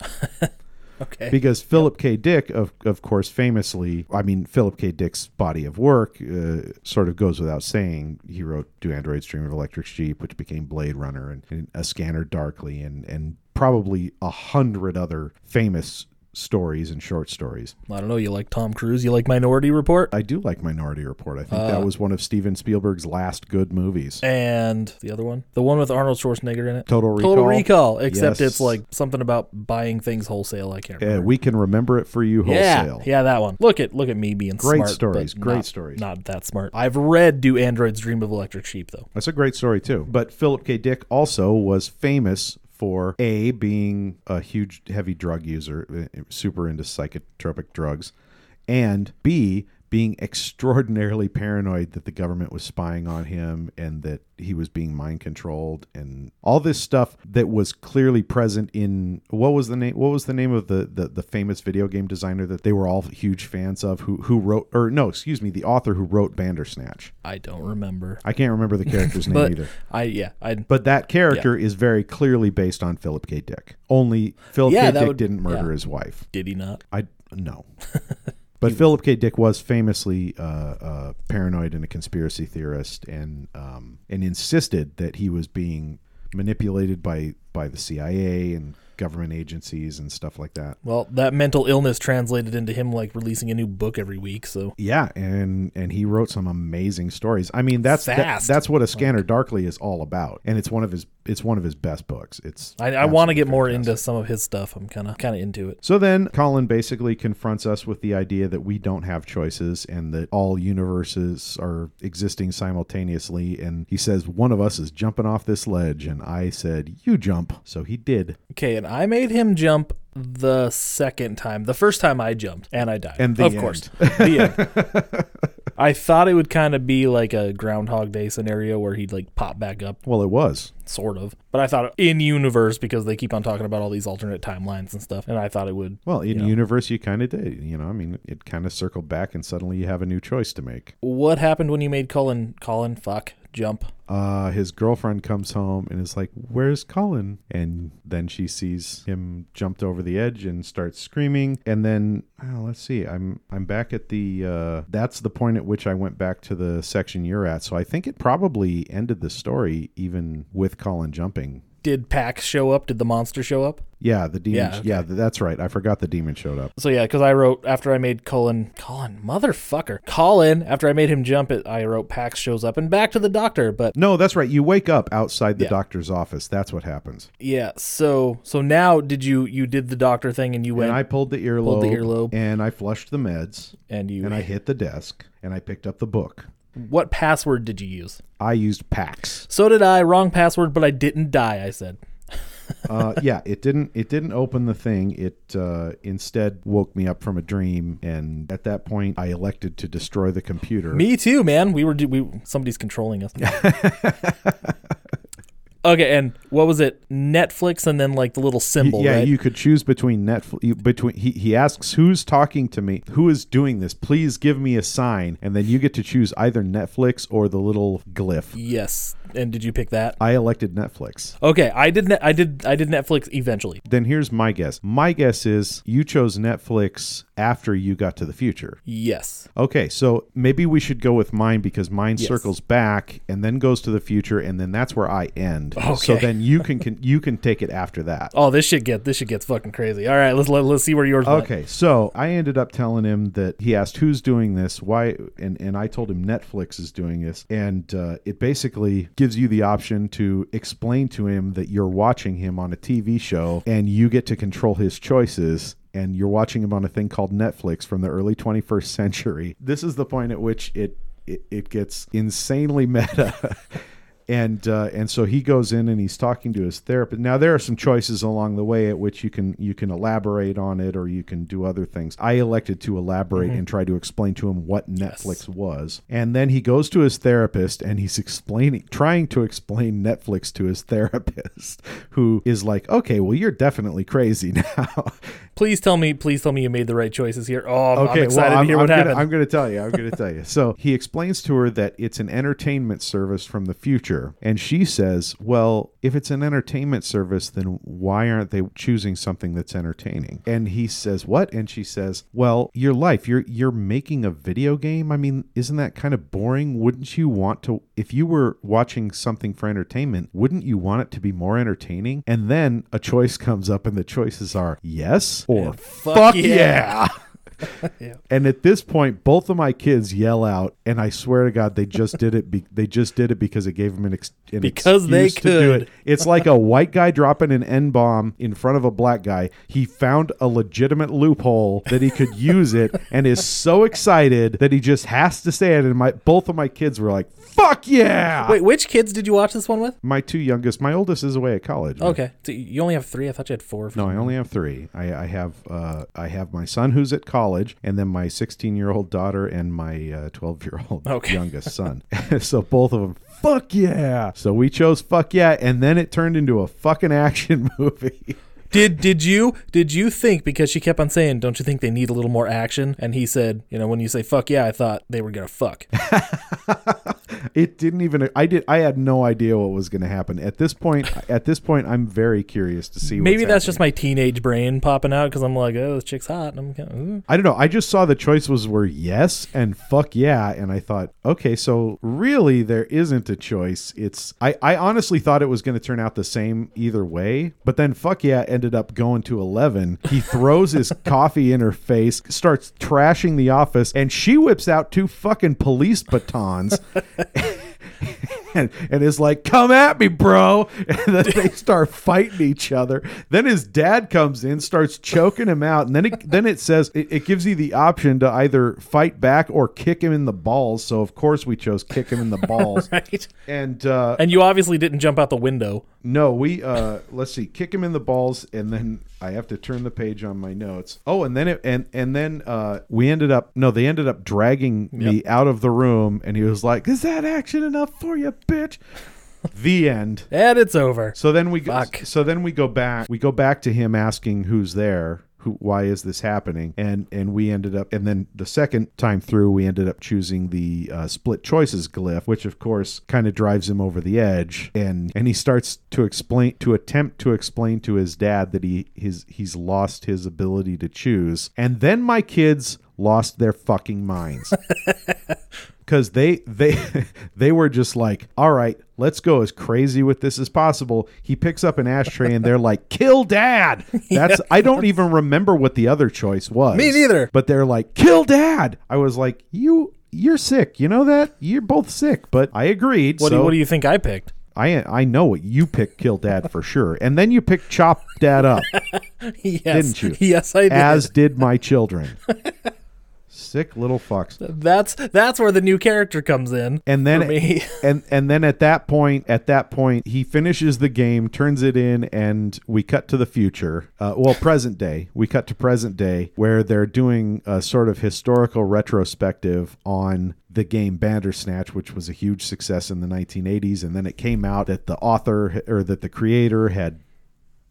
B: Okay.
C: Because Philip K. Dick, of, of course, famously, I mean, Philip K. Dick's body of work uh, sort of goes without saying. He wrote Do Androids Dream of Electric Sheep, which became Blade Runner, and, and A Scanner Darkly, and, and probably a hundred other famous stories and short stories.
B: I don't know. You like Tom Cruise? You like Minority Report?
C: I do like Minority Report. I think
B: Uh.
C: that was one of Steven Spielberg's last good movies.
B: and the other one, the one with Arnold Schwarzenegger in it,
C: Total Recall.
B: Total Recall. Except
C: Yes.
B: it's like something about buying things wholesale. I can't
C: Uh,
B: remember.
C: we can remember it for you wholesale.
B: Yeah, yeah, that one. Look at look at me being
C: Great
B: smart,
C: stories,
B: but
C: great
B: not-
C: stories.
B: Not that smart. I've read "Do Androids Dream of Electric Sheep" though.
C: That's a great story too. But Philip K. Dick also was famous for a being a huge heavy drug user, uh, super into psychotropic drugs, and b being extraordinarily paranoid that the government was spying on him and that he was being mind controlled and all this stuff that was clearly present in what was the name what was the name of the the, the famous video game designer that they were all huge fans of who who wrote or no excuse me the author who wrote Bandersnatch
B: I don't remember.
C: I can't remember the character's name
B: But
C: either
B: I yeah I
C: but that character is very clearly based on Philip K. Dick. Only Philip
B: Yeah,
C: K.
B: that
C: Dick
B: would-
C: didn't murder
B: yeah.
C: his wife.
B: did he not?
C: I no. But Philip K. Dick was famously uh, uh, paranoid and a conspiracy theorist, and um, and insisted that he was being manipulated by by the CIA and government agencies and stuff like that.
B: Well, that mental illness translated into him like releasing a new book every week. So
C: Yeah, and and he wrote some amazing stories. I mean, that's that-
B: Fast.
C: that's what a Scanner Darkly is all about, and it's one of his it's one of his best books. It's
B: I, I want to
C: absolutely
B: get more
C: fantastic.
B: into some of his stuff. I'm kind of kind of into it.
C: So then Colin basically confronts us with the idea that we don't have choices and that all universes are existing simultaneously. And he says, One of us is jumping off this ledge. And I said, You jump. So he did.
B: Okay, and I made him jump the second time. The first time I jumped and I died.
C: And the
B: of
C: end.
B: course, the end. I thought it would kind of be like a Groundhog Day scenario where he'd like pop back up,
C: Well, it was.
B: sort of. But I thought in universe because they keep on talking about all these alternate timelines and stuff, and I thought it would.
C: Well, in universe, you kind of did. You know, I mean, it kind of circled back and suddenly you have a new choice to make.
B: What happened when you made Colin? Colin, fuck, jump.
C: Uh, his girlfriend comes home and is like, Where's Colin? And then she sees him jumped over the edge and starts screaming. And then oh, let's see, I'm I'm back at the uh, that's the point at which I went back to the section you're at. So I think it probably ended the story even with Colin jumping.
B: Did Pax show up? Did the monster show up?
C: Yeah, the demon.
B: Yeah,
C: Yeah, th- that's right. I forgot the demon showed up.
B: So yeah, because I wrote after I made Colin, Colin, motherfucker, Colin. After I made him jump, it I wrote Pax shows up and back to the doctor. But
C: No, that's right. You wake up outside the
B: Yeah.
C: doctor's office. That's what happens.
B: yeah, so so now did you you did the doctor thing and you went
C: And I
B: and,
C: pulled the earlobe,
B: the earlobe.
C: and I flushed the meds,
B: you
C: and I hit the desk, and I picked up the book.
B: what password did you use?
C: I used PAX.
B: So did I. Wrong password, but I didn't die. I said
C: uh, yeah, it didn't. It didn't open the thing. It uh, instead woke me up from a dream, and at that point, I elected to destroy the computer.
B: Me too, man. We were do- we somebody's controlling us. okay, and what was it? Netflix, and then like the little symbol.
C: yeah,
B: right?
C: you could choose between Netflix. you- Between he, he asks who's talking to me, who is doing this. Please give me a sign, and then you get to choose either Netflix or the little glyph.
B: Yes, and did you pick that?
C: I elected Netflix.
B: Okay, I did. Ne- I did. I did Netflix eventually.
C: Then here's my guess. My guess is you chose Netflix after you got to the future.
B: Yes.
C: Okay, so maybe we should go with mine because mine
B: Yes.
C: circles back and then goes to the future, and then that's where I end. So
B: Okay.
C: then you can, can you can take it after that.
B: Oh, this shit get this shit gets fucking crazy. All right, let's let, let's see where yours. went.
C: Okay, so I ended up telling him that he asked who's doing this, why, and and I told him Netflix is doing this, and uh, it basically gives you the option to explain to him that you're watching him on a TV show and you get to control his choices. And you're watching him on a thing called Netflix from the early 21st century. This is the point at which it it, it gets insanely meta. and uh, and so he goes in and he's talking to his therapist. Now there are some choices along the way at which you can you can elaborate on it or you can do other things. I elected to elaborate and try to explain to him what Netflix was. And then he goes to his therapist and he's explaining trying to explain Netflix to his therapist who is like, "Okay, well you're definitely crazy now."
B: Please tell me. Please tell me you made the right choices here. Oh, I'm-
C: Okay,
B: I'm excited
C: well,
B: to
C: I'm,
B: hear
C: I'm
B: what
C: gonna,
B: happened.
C: I'm going to tell you. I'm going to tell you. So he explains to her that it's an entertainment service from the future, and she says, "Well, if it's an entertainment service, then why aren't they choosing something that's entertaining?" And he says, "What?" And she says, "Well, your life. You're you're making a video game. I mean, isn't that kind of boring? Wouldn't you want to? If you were watching something for entertainment, wouldn't you want it to be more entertaining?" And then a choice comes up, and the choices are yes or fuck,
B: fuck
C: yeah.
B: yeah.
C: And at this point, both of my kids yell out, and I swear to God, they just did it. Be- they just did it because it gave them an, ex- an
B: Because they
C: excuse to do it.
B: could.
C: It's like a white guy dropping an N bomb in front of a black guy. He found a legitimate loophole that he could use it, and is so excited that he just has to say it. And my both of my kids were like, "Fuck yeah!"
B: Wait, which kids did you watch this one with?
C: My two youngest, my oldest is away at college. man.
B: Okay, so you only have three. I thought you had four.
C: No, I only have three. I, I have uh, I have my son who's at college, and then my 16 year old daughter and my 12 year old
B: Okay.
C: youngest son. so both of them. Fuck yeah! So we chose fuck yeah, and then it turned into a fucking action movie.
B: Did did you did you think because she kept on saying, "Don't you think they need a little more action?" And he said, "You know, when you say fuck yeah, I thought they were gonna fuck."
C: It didn't even. I did. I had no idea what was going to happen at this point. At this point, I'm very curious to see.
B: Maybe that's
C: what's happening.
B: just my teenage brain popping out because I'm like, "Oh, this chick's hot," and I'm kind of, Ooh.
C: I don't know. I just saw the choices were yes and fuck yeah, and I thought, okay, so really there isn't a choice. It's I, I honestly thought it was going to turn out the same either way, but then fuck yeah ended up going to eleven. He throws his coffee in her face, starts trashing the office, and she whips out two fucking police batons. And, and is like, come at me, bro. And then they start fighting each other. Then his dad comes in, starts choking him out. And then it, then it says, it, it gives you the option to either fight back or kick him in the balls. So, of course, we chose kick him in the balls.
B: right?
C: And uh,
B: And you obviously didn't jump out the window.
C: no, we, uh, let's see, kick him in the balls. And then I have to turn the page on my notes. Oh, and then it, and, and then uh, we ended up, no, they ended up dragging me out of the room. And he was like, is that action enough for you, bitch? The end.
B: And it's over.
C: So then we go,
B: Fuck.
C: so then we go back we go back to him asking who's there. Who, why is this happening? And and we ended up, and then the second time through, we ended up choosing the uh, split choices glyph, which of course kind of drives him over the edge, and and he starts to explain to attempt to explain to his dad that he his he's lost his ability to choose, and then my kids lost their fucking minds because they they they were just like, all right, let's go as crazy with this as possible. He picks up an ashtray and they're like, kill dad. That's I don't even remember what the other choice was.
B: Me neither.
C: But they're like, kill dad. I was like, you you're sick. You know that you're both sick. But I agreed.
B: What do
C: so
B: you, what do you think I picked?
C: I I know what you picked. Kill dad for sure. And then you picked chop dad up
B: yes,
C: Didn't you?
B: Yes, I did.
C: as did my children. Sick little fucks.
B: That's that's where the new character comes in.
C: And then
B: for me.
C: and and then at that point, at that point, he finishes the game, turns it in, and we cut to the future. Uh, well, present day. We cut to present day where they're doing a sort of historical retrospective on the game Bandersnatch, which was a huge success in the 1980s, and then it came out that the author or that the creator had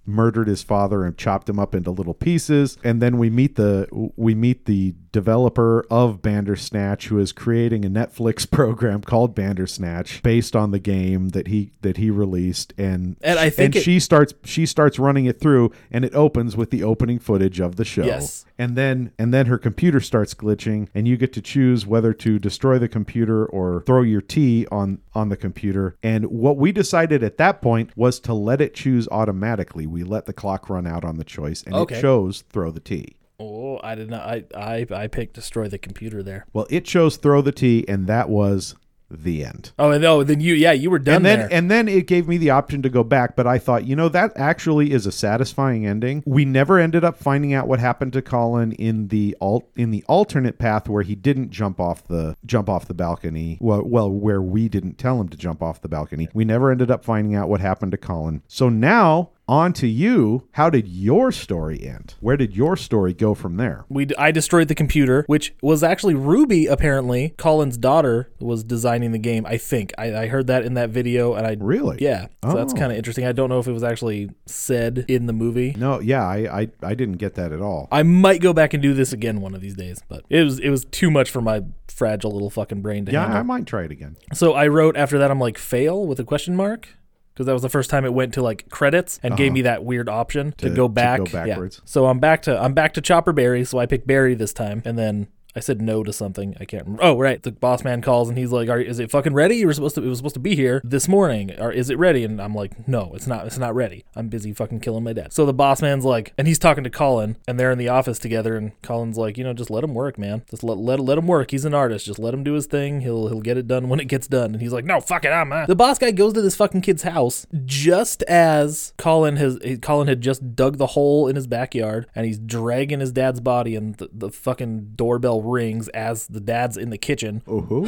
C: murdered his father and chopped him up into little pieces and then we meet the we meet the developer of Bandersnatch who is creating a Netflix program called Bandersnatch based on the game that he that he released and
B: And I think it-
C: she starts she starts running it through and it opens with the opening footage of the show
B: Yes.
C: and then and then her computer starts glitching and you get to choose whether to destroy the computer or throw your tea on on the computer and what we decided at that point was to let it choose automatically we let the clock run out on the choice and
B: Okay.
C: it chose throw the tea
B: Oh, I did not. I I I picked destroy the computer there.
C: well it chose throw the tea and that was the end
B: Oh, and oh, then you. Yeah, you were done
C: and then
B: there.
C: and then it gave me the option to go back but i thought you know that actually is a satisfying ending we never ended up finding out what happened to colin in the alt in the alternate path where he didn't jump off the jump off the balcony well, well where we didn't tell him to jump off the balcony we never ended up finding out what happened to colin so now on to you how did your story end where did your story go from there
B: we d- I destroyed the computer, which was actually Ruby. Apparently, Colin's daughter was designing the game. I think I, I heard that in that video, and I
C: really Oh.
B: yeah. So that's kind of interesting. I don't know if it was actually said in the movie.
C: no yeah I, I i didn't get that at all
B: I might go back and do this again one of these days, but it was it was too much for my fragile little fucking brain to
C: yeah
B: handle.
C: i might try it again
B: So I wrote after that I'm like fail with a question mark because that was the first time it went to like credits and gave me that weird option Uh-huh. to, go
C: To- to go
B: back. Yeah.
C: backwards.
B: So I'm back to I'm back to Chopper Berry, so I picked Berry this time and then I said no to something. I can't remember. Oh, right. The boss man calls and he's like, "Are is it fucking ready? You were supposed to it was supposed to be here this morning. Or is it ready?" And I'm like, "No, it's not. It's not ready. I'm busy fucking killing my dad." So the boss man's like, and he's talking to Colin and they're in the office together and Colin's like, "You know, just let him work, man. Just let let, let him work. He's an artist. Just let him do his thing. He'll he'll get it done when it gets done." And he's like, "No, fuck it. I'm uh. The boss guy goes to this fucking kid's house just as Colin has Colin had just dug the hole in his backyard and he's dragging his dad's body and the, the fucking doorbell rings as the dad's in the kitchen.
C: oh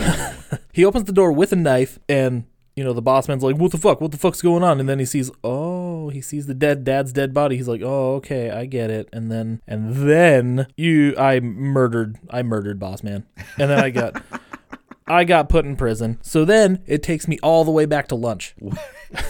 B: He opens the door with a knife and you know the boss man's like, "What the fuck? What the fuck's going on?" And then he sees, oh, he sees the dead dad's dead body. He's like, "Oh, okay, I get it." And then and then you, I murdered, I murdered boss man, and then I got. I got put in prison. So then it takes me all the way back to lunch.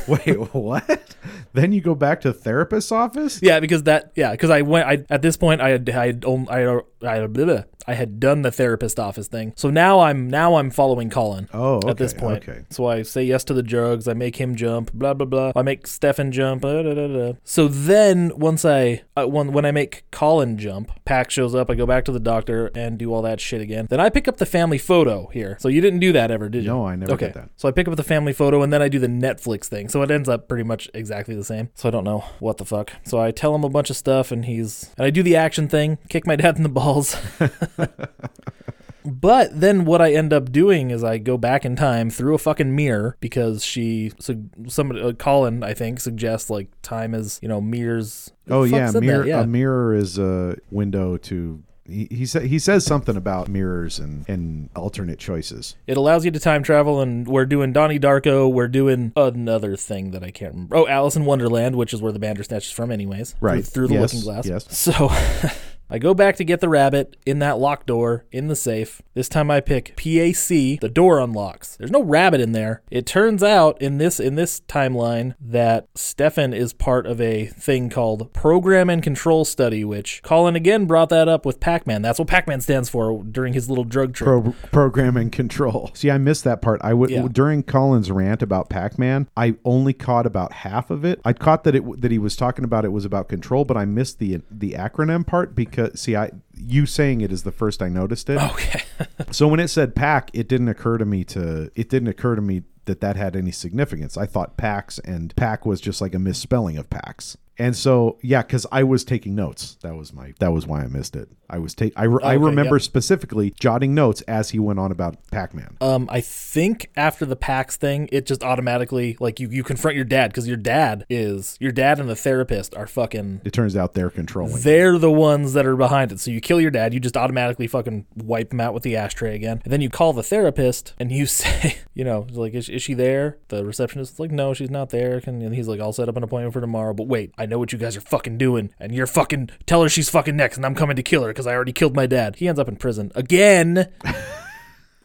C: Wait, what? Then you go back to therapist's office?
B: Yeah, because that yeah, because I went. I at this point I had I had on- I had, I had, blah, blah. I had done the therapist office thing. So now I'm now I'm following Colin.
C: Oh,
B: at this
C: okay,
B: point,
C: okay.
B: so I say yes to the drugs. I make him jump. Blah blah blah. I make Stefan jump. blah, blah, blah, blah. So then once I uh, when when I make Colin jump, Pack shows up. I go back to the doctor and do all that shit again. Then I pick up the family photo here. So you didn't do that ever, did you?
C: No, I never
B: okay.
C: did that.
B: So I pick up the family photo and then I do the Netflix thing. So it ends up pretty much exactly the same. So I don't know what the fuck. So I tell him a bunch of stuff and he's and I do the action thing, kick my dad in the balls. But then what I end up doing is I go back in time through a fucking mirror because she so somebody uh, Colin I think suggests like time is you know mirrors.
C: Oh
B: Who the fuck
C: yeah,
B: said
C: mirror,
B: that? yeah.
C: a mirror is a window to he, he sa- he says something about mirrors and, and alternate choices.
B: It allows you to time travel, and we're doing Donnie Darko. We're doing another thing that I can't remember. Oh, Alice in Wonderland, which is where the Bandersnatch is from, anyways. through-
C: Right.
B: Through, the
C: Yes,
B: looking glass.
C: yes.
B: So I go back to get the rabbit in that locked door in the safe. This time I pick PAC. The door unlocks. There's no rabbit in there. It turns out in this in this timeline that Stefan is part of a thing called Program and Control Study, which Colin again brought that up with Pac-Man. That's what Pac-Man stands for during his little drug trip.
C: Pro- program and control. See, I missed that part. I would
B: Yeah.
C: during Colin's rant about Pac-Man, I only caught about half of it. I caught that it w- that he was talking about it was about control, but I missed the the acronym part because see, I you saying it is the first I noticed it.
B: okay.
C: So when it said pack, it didn't occur to me to it didn't occur to me that that had any significance. I thought packs and pack was just like a misspelling of packs. And so, yeah, because I was taking notes. That was my. That was why I missed it. I was take. I, re- I
B: Oh, Okay,
C: remember
B: yep.
C: specifically jotting notes as he went on about Pac-Man.
B: Um, I think after the PAX thing, it just automatically like you you confront your dad because your dad is your dad and the therapist are fucking.
C: It turns out they're controlling.
B: They're the ones that are behind it. So you kill your dad, you just automatically fucking wipe him out with the ashtray again. And then you call the therapist and you say, you know, like, is, is she there? The receptionist is like, no, she's not there. Can, and he's like, I'll set up an appointment for tomorrow. But wait, I know what you guys are fucking doing. And you're fucking, tell her she's fucking next and I'm coming to kill her because I already killed my dad. He ends up in prison again.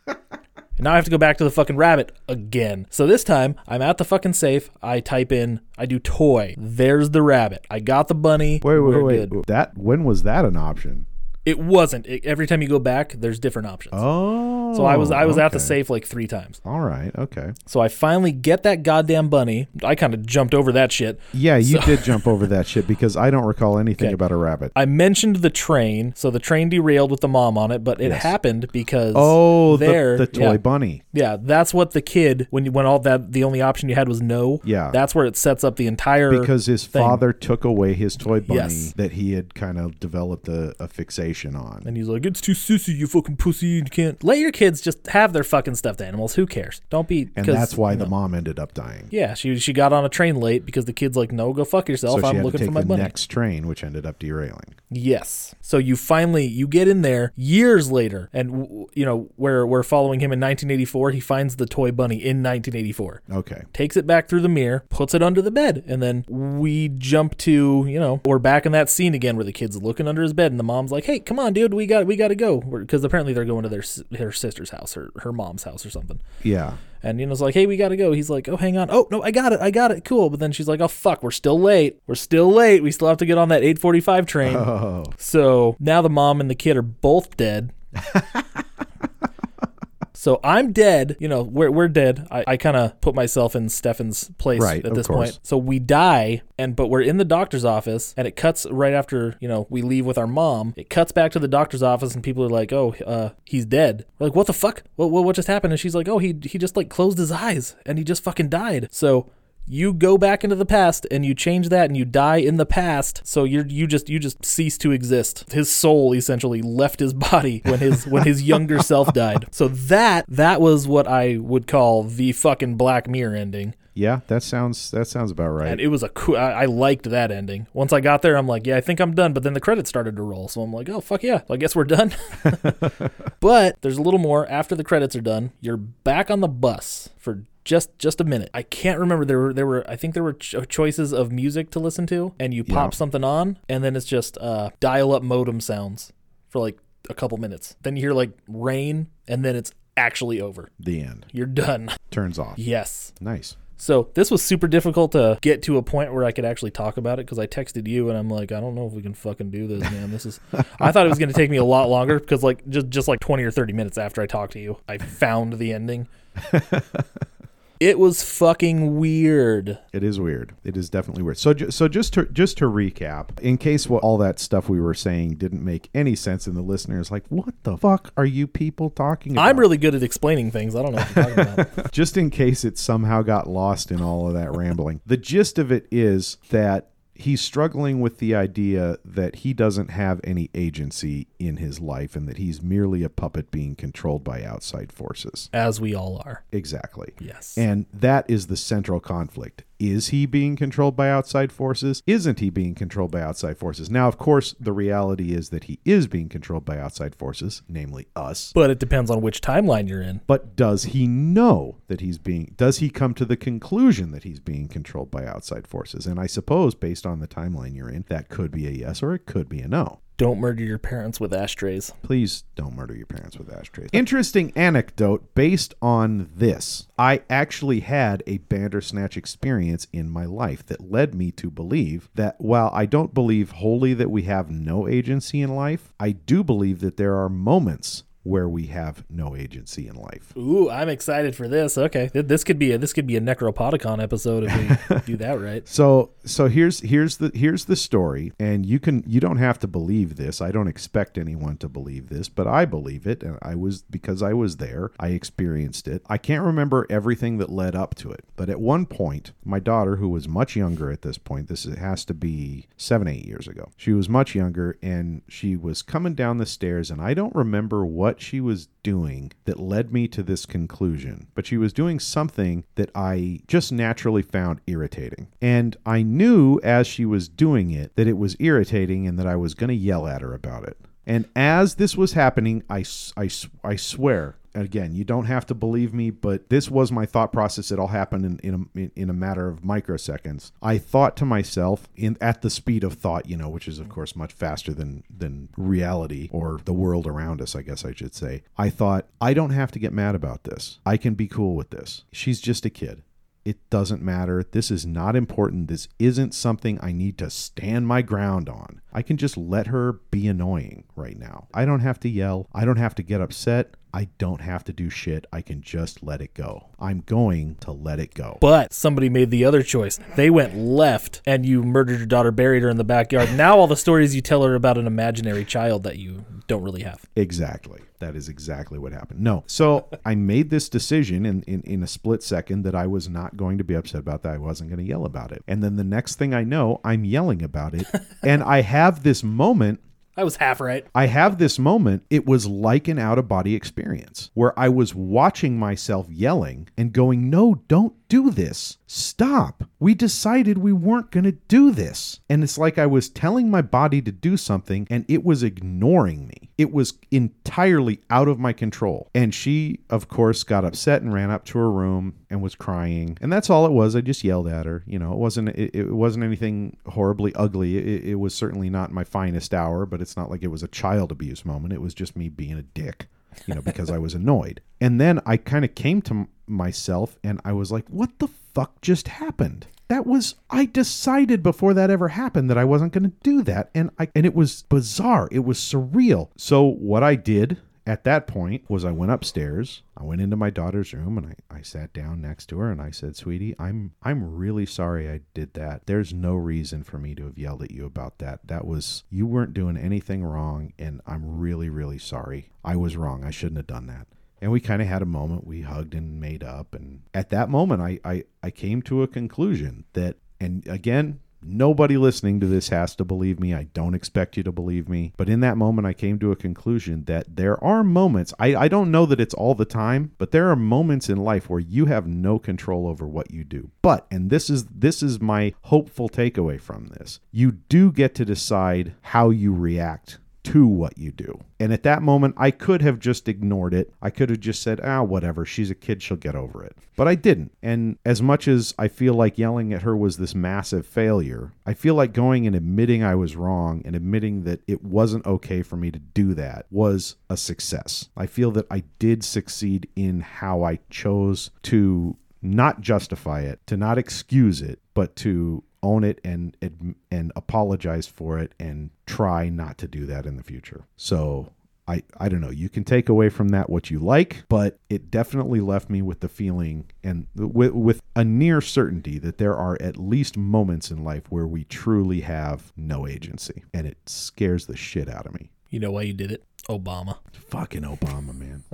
B: And now I have to go back to the fucking rabbit again. So this time, I'm at the fucking safe. I type in, I do toy. There's the rabbit. I got the bunny.
C: wait, wait,
B: We're
C: wait.
B: good.
C: That when was that an option?
B: It wasn't. It, every time you go back, there's different options.
C: Oh,
B: so I was I was at the
C: okay.
B: safe like three times.
C: All right, okay.
B: So I finally get that goddamn bunny. I kind of jumped over that shit.
C: Yeah, you did jump over that shit because I don't recall anything
B: Okay.
C: about a rabbit.
B: I mentioned the train, so the train derailed with the mom on it, but it happened because
C: Oh, the-
B: there
C: the, toy
B: yeah.
C: bunny.
B: Yeah, that's what the kid when you, when all that the only option you had was no.
C: Yeah.
B: that's where it sets up the entire
C: Because his
B: thing.
C: father took away his toy bunny
B: Yes.
C: that he had kind of developed a, a fixation on.
B: And he's like, "It's too sissy, you fucking pussy. You can't let your kids just have their fucking stuffed animals. Who cares? Don't be."
C: And
B: 'cause-
C: that's why the mom ended up dying.
B: Yeah, she she got on a train late because the kid's like, "No, go fuck yourself.
C: So she
B: I'm
C: had to
B: looking
C: take
B: for my
C: the
B: bunny."
C: next train, which ended up derailing.
B: Yes. So you finally you get in there years later, and w- w- you know where we're following him in 1984. He finds the toy bunny in 1984.
C: Okay.
B: Takes it back through the mirror, puts it under the bed, and then we jump to you know we're back in that scene again where the kid's looking under his bed, and the mom's like, "Hey, come on, dude, we got we got to go," because apparently they're going to their s- her sister's house or her mom's house or something.
C: Yeah.
B: And Nina's like, hey, we gotta go. He's like, oh, hang on. Oh, no, I got it. I got it. Cool. But then she's like, oh, fuck, we're still late. We're still late. We still have to get on that 845 train.
C: Oh,
B: So now the mom and the kid are both dead. so I'm dead. You know, we're, we're dead. I, I kind of put myself in Stefan's place
C: Right,
B: at
C: of
B: this
C: course.
B: point. So we die, and but we're in the doctor's office, and it cuts right after you know we leave with our mom. It cuts back to the doctor's office, and people are like, "Oh, uh, he's dead." We're like, "What the fuck? What, what what just happened?" And she's like, "Oh, he he just like closed his eyes, and he just fucking died." So. You go back into the past and you change that and you die in the past, so you're you just you just cease to exist. His soul essentially left his body when his when his younger self died. So that that was what I would call the fucking Black Mirror ending.
C: yeah. That sounds that sounds about right.
B: And it was a cool. I, I liked that ending. Once I got there, I'm like, yeah, I think I'm done. But then the credits started to roll, so I'm like, oh fuck yeah, I guess we're done. but there's a little more after the credits are done. You're back on the bus for just just a minute. I can't remember there were there were I think there were cho- choices of music to listen to, and you pop something on, and then it's just uh, dial-up modem sounds for like a couple minutes. Then you hear like rain, and then it's actually over.
C: the end
B: You're done.
C: turns off.
B: Yes.
C: Nice.
B: So this was super difficult to get to a point where I could actually talk about it because I texted you and I'm like, I don't know if we can fucking do this, man. This is. I thought it was going to take me a lot longer because like just just like 20 or 30 minutes after I talked to you, I found the ending. it was fucking weird.
C: It is weird. It is definitely weird. So, ju- so just to just to recap, in case what all that stuff we were saying didn't make any sense, and the listeners like, what the fuck are you people talking about?
B: I'm really good at explaining things. I don't know what you're talking about.
C: just in case it somehow got lost in all of that rambling. The gist of it is that he's struggling with the idea that he doesn't have any agency in his life and that he's merely a puppet being controlled by outside forces.
B: As we all are.
C: Exactly.
B: Yes.
C: And that is the central conflict. Is he being controlled by outside forces? Isn't he being controlled by outside forces? Now, of course, the reality is that he is being controlled by outside forces, namely us.
B: But it depends on which timeline you're in.
C: But does he know that he's being, does he come to the conclusion that he's being controlled by outside forces? And I suppose, based on the timeline you're in, that could be a yes or it could be a no.
B: Don't murder your parents with ashtrays.
C: Please don't murder your parents with ashtrays. Interesting anecdote based on this. I actually had a Bandersnatch experience in my life that led me to believe that while I don't believe wholly that we have no agency in life, I do believe that there are moments where we have no agency in life.
B: Ooh, I'm excited for this. Okay, Th- this could be a this could be a Necropodicon episode if we do that right.
C: So so here's here's the here's the story and you can you don't have to believe this. I don't expect anyone to believe this, but I believe it and I was because I was there. I experienced it. I can't remember everything that led up to it, but at one point my daughter who was much younger at this point, this is- has to be 7 8 years ago. She was much younger and she was coming down the stairs and I don't remember what she was doing that led me to this conclusion, but she was doing something that I just naturally found irritating. And I knew as she was doing it that it was irritating and that I was going to yell at her about it. And as this was happening, I, s- I s- I swear, again, you don't have to believe me, but this was my thought process. It all happened in, in, a, in, in a matter of microseconds. I thought to myself, in at the speed of thought, you know, which is, of course, much faster than, than reality or the world around us, I guess I should say. I thought, I don't have to get mad about this. I can be cool with this. She's just a kid. It doesn't matter. This is not important. This isn't something I need to stand my ground on. I can just let her be annoying right now. I don't have to yell. I don't have to get upset. I don't have to do shit. I can just let it go. I'm going to let it go.
B: But somebody made the other choice. They went left, and you murdered your daughter, buried her in the backyard. Now all the stories you tell her about an imaginary child that you don't really have.
C: Exactly. That is exactly what happened. No. So I made this decision in, in, in a split second that I was not going to be upset about that. I wasn't going to yell about it. And then the next thing I know, I'm yelling about it. and I have this moment
B: I was half right.
C: I have this moment. It was like an out of body experience where I was watching myself yelling and going, No, don't do this. Stop. We decided we weren't going to do this. And it's like I was telling my body to do something and it was ignoring me. It was entirely out of my control. And she, of course, got upset and ran up to her room and was crying. And that's all it was. I just yelled at her. You know, it wasn't it, it wasn't anything horribly ugly. It, it was certainly not my finest hour, but it's not like it was a child abuse moment. It was just me being a dick, you know, because I was annoyed. And then I kind of came to m- myself and I was like, "What the fuck just happened?" That was I decided before that ever happened that I wasn't going to do that, and I and it was bizarre. It was surreal. So what I did at that point was I went upstairs. I went into my daughter's room and I, I sat down next to her and I said, Sweetie, I'm I'm really sorry I did that. There's no reason for me to have yelled at you about that. That was you weren't doing anything wrong and I'm really, really sorry. I was wrong. I shouldn't have done that. And we kind of had a moment. We hugged and made up. And at that moment I, I, I came to a conclusion that and again, Nobody listening to this has to believe me. I don't expect you to believe me. But in that moment, I came to a conclusion that there are moments, I, I don't know that it's all the time, but there are moments in life where you have no control over what you do. But, and this is this is my hopeful takeaway from this, you do get to decide how you react to what you do. And at that moment, I could have just ignored it. I could have just said, ah, whatever, she's a kid, she'll get over it. But I didn't. And as much as I feel like yelling at her was this massive failure, I feel like going and admitting I was wrong and admitting that it wasn't okay for me to do that was a success. I feel that I did succeed in how I chose to not justify it, to not excuse it, but to own it and adm- and apologize for it and try not to do that in the future. So I I don't know. You can take away from that what you like, but it definitely left me with the feeling and with with a near certainty that there are at least moments in life where we truly have no agency, and it scares the shit out of me.
B: You know why you did it? Obama.
C: Fucking Obama, man.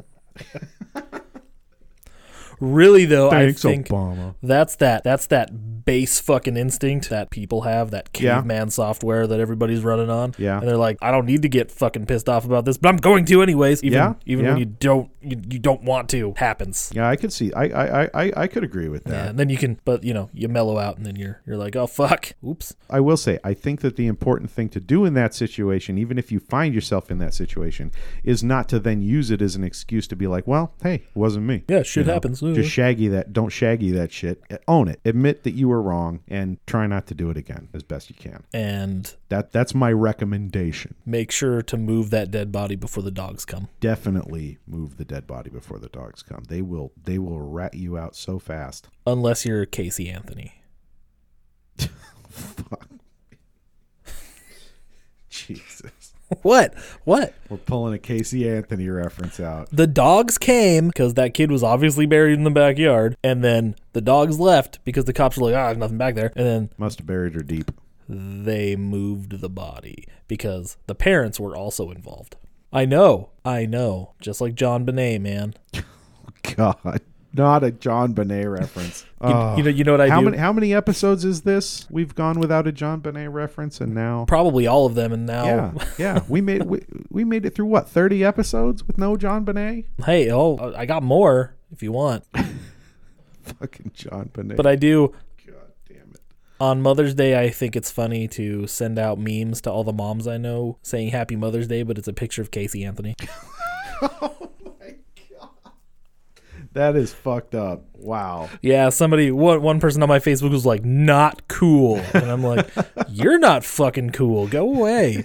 B: Really though,
C: Thanks,
B: I think
C: Obama.
B: That's that. That's that base fucking instinct that people have. That
C: Yeah.
B: caveman software that everybody's running on.
C: Yeah.
B: and they're like, I don't need to get fucking pissed off about this, but I'm going to anyways. Even
C: Yeah,
B: even when
C: yeah.
B: you don't you, you don't want to happens.
C: Yeah, I could see. I I I- I, I could agree with that.
B: Yeah, and then you can, but you know, you mellow out, and then you're you're like, oh fuck, oops.
C: I will say, I think that the important thing to do in that situation, even if you find yourself in that situation, is not to then use it as an excuse to be like, well, hey, it wasn't me.
B: Yeah, shit happens. Mm-hmm.
C: Just shaggy that. Don't shaggy that shit. Own it. Admit that you were wrong and try not to do it again as best you can.
B: and
C: That That's my recommendation.
B: make sure to move that dead body before the dogs come.
C: Definitely move the dead body before the dogs come. They will they will rat you out so fast.
B: Unless you're Casey Anthony.
C: Fuck. Jesus.
B: What? What?
C: We're pulling a Casey Anthony reference out.
B: The dogs came because that kid was obviously buried in the backyard, and then the dogs left because the cops were like, ah, there's nothing back there. And
C: Must have buried her deep.
B: then they moved the body because the parents were also involved. I know, I know. Just like John Benet, man.
C: God, not a John Bonet reference.
B: You,
C: Oh.
B: you know, you know what I
C: how
B: do?
C: many how many episodes is this? We've gone without a John Bonet reference, and now
B: Probably all of them, and now,
C: yeah, yeah, we made we, we made it through what thirty episodes with no John Bonet.
B: hey, oh, I got more if you want.
C: Fucking John Bonet.
B: But I do.
C: God damn it.
B: On Mother's Day, I think it's funny to send out memes to all the moms I know saying Happy Mother's Day, but it's a picture of Casey Anthony.
C: That is fucked up. Wow.
B: Yeah, somebody one one person on my Facebook was like, "Not cool," and I'm like, "You're not fucking cool. Go away."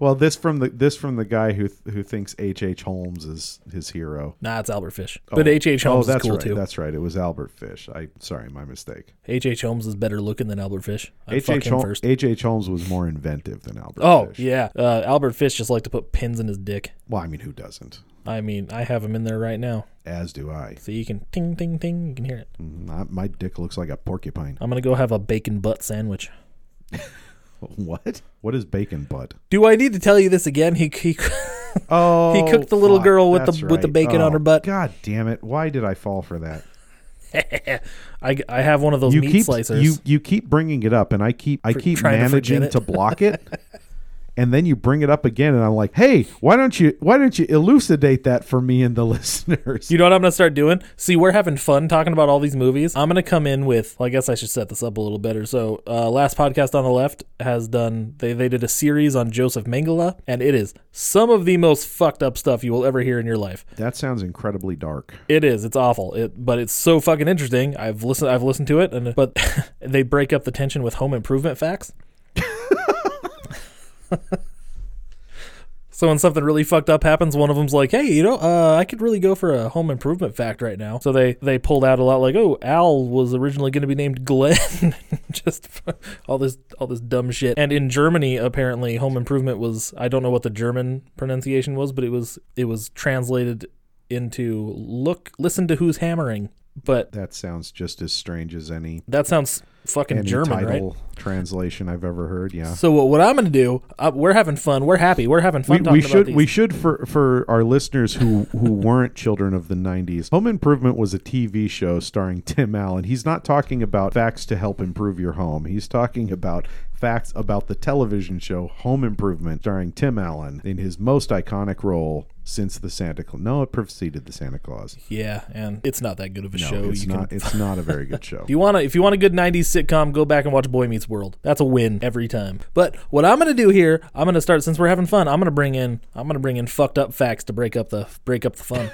C: Well, this from the this from the guy who who thinks H. H. Holmes is his hero.
B: Nah, it's Albert Fish, but H. H. Holmes
C: oh, that's
B: is cool
C: right.
B: too.
C: That's right. It was Albert Fish. I sorry, my mistake.
B: H. H. Holmes is better looking than Albert Fish. I
C: H.
B: fuck
C: H.
B: him
C: Hol-
B: first.
C: H. H. Holmes was more inventive than Albert.
B: Oh
C: Fish.
B: yeah, uh, Albert Fish just liked to put pins in his dick.
C: Well, I mean, who doesn't?
B: I mean, I have him in there right now,
C: As do I.
B: so you can ting ting ting. You can hear it.
C: Not, my dick looks like a porcupine.
B: I'm gonna go have a bacon butt sandwich.
C: What? What is bacon butt?
B: Do I need to tell you this again? He, he
C: Oh,
B: He cooked the little
C: fuck,
B: girl with the-
C: that's
B: with the bacon on
C: Oh,
B: her butt.
C: God damn it! Why did I fall for that?
B: I, I have one of those
C: You
B: meat
C: keep
B: slicers.
C: you you keep bringing it up, and I keep I keep
B: trying to
C: managing
B: forget
C: to,
B: it.
C: block it. And then you bring it up again, and I'm like, "Hey, why don't you why don't you elucidate that for me and the listeners?"
B: You know what I'm gonna start doing? See, we're having fun talking about all these movies. I'm gonna come in with. Well, I guess I should set this up a little better. So, uh, last podcast on the left has done. They they did a series on Joseph Mengele, and it is some of the most fucked up stuff you will ever hear in your life.
C: that sounds incredibly dark.
B: It is. It's awful. It, but it's so fucking interesting. I've listened. I've listened to it, and but they break up the tension with home improvement facts. so when something really fucked up happens, one of them's like, "Hey, you know, uh, I could really go for a home improvement fact right now." So they they pulled out a lot, like, "Oh, Al was originally going to be named Glenn," just all this all this dumb shit. And in Germany, apparently, home improvement was I don't know what the German pronunciation was, but it was it was translated into look listen to who's hammering but
C: That sounds just as strange as any
B: that sounds fucking
C: any
B: german right
C: title translation I've ever heard. Yeah,
B: so what, what i'm gonna do uh, we're having fun we're happy we're having fun
C: we,
B: talking
C: we
B: about
C: should
B: these.
C: we should for for our listeners who who weren't children of the 90s home improvement was a tv show starring tim allen he's not talking about facts to help improve your home he's talking about facts about the television show home improvement starring tim allen in his most iconic role since the santa claus no it preceded the santa claus
B: yeah and it's not that good of a
C: no
B: show
C: it's
B: you
C: not
B: can
C: it's not a very good show
B: if you want to if you want a good 90s sitcom go back and watch boy meets world that's a win every time but what i'm gonna do here i'm gonna start since we're having fun i'm gonna bring in i'm gonna bring in fucked up facts to break up the break up the fun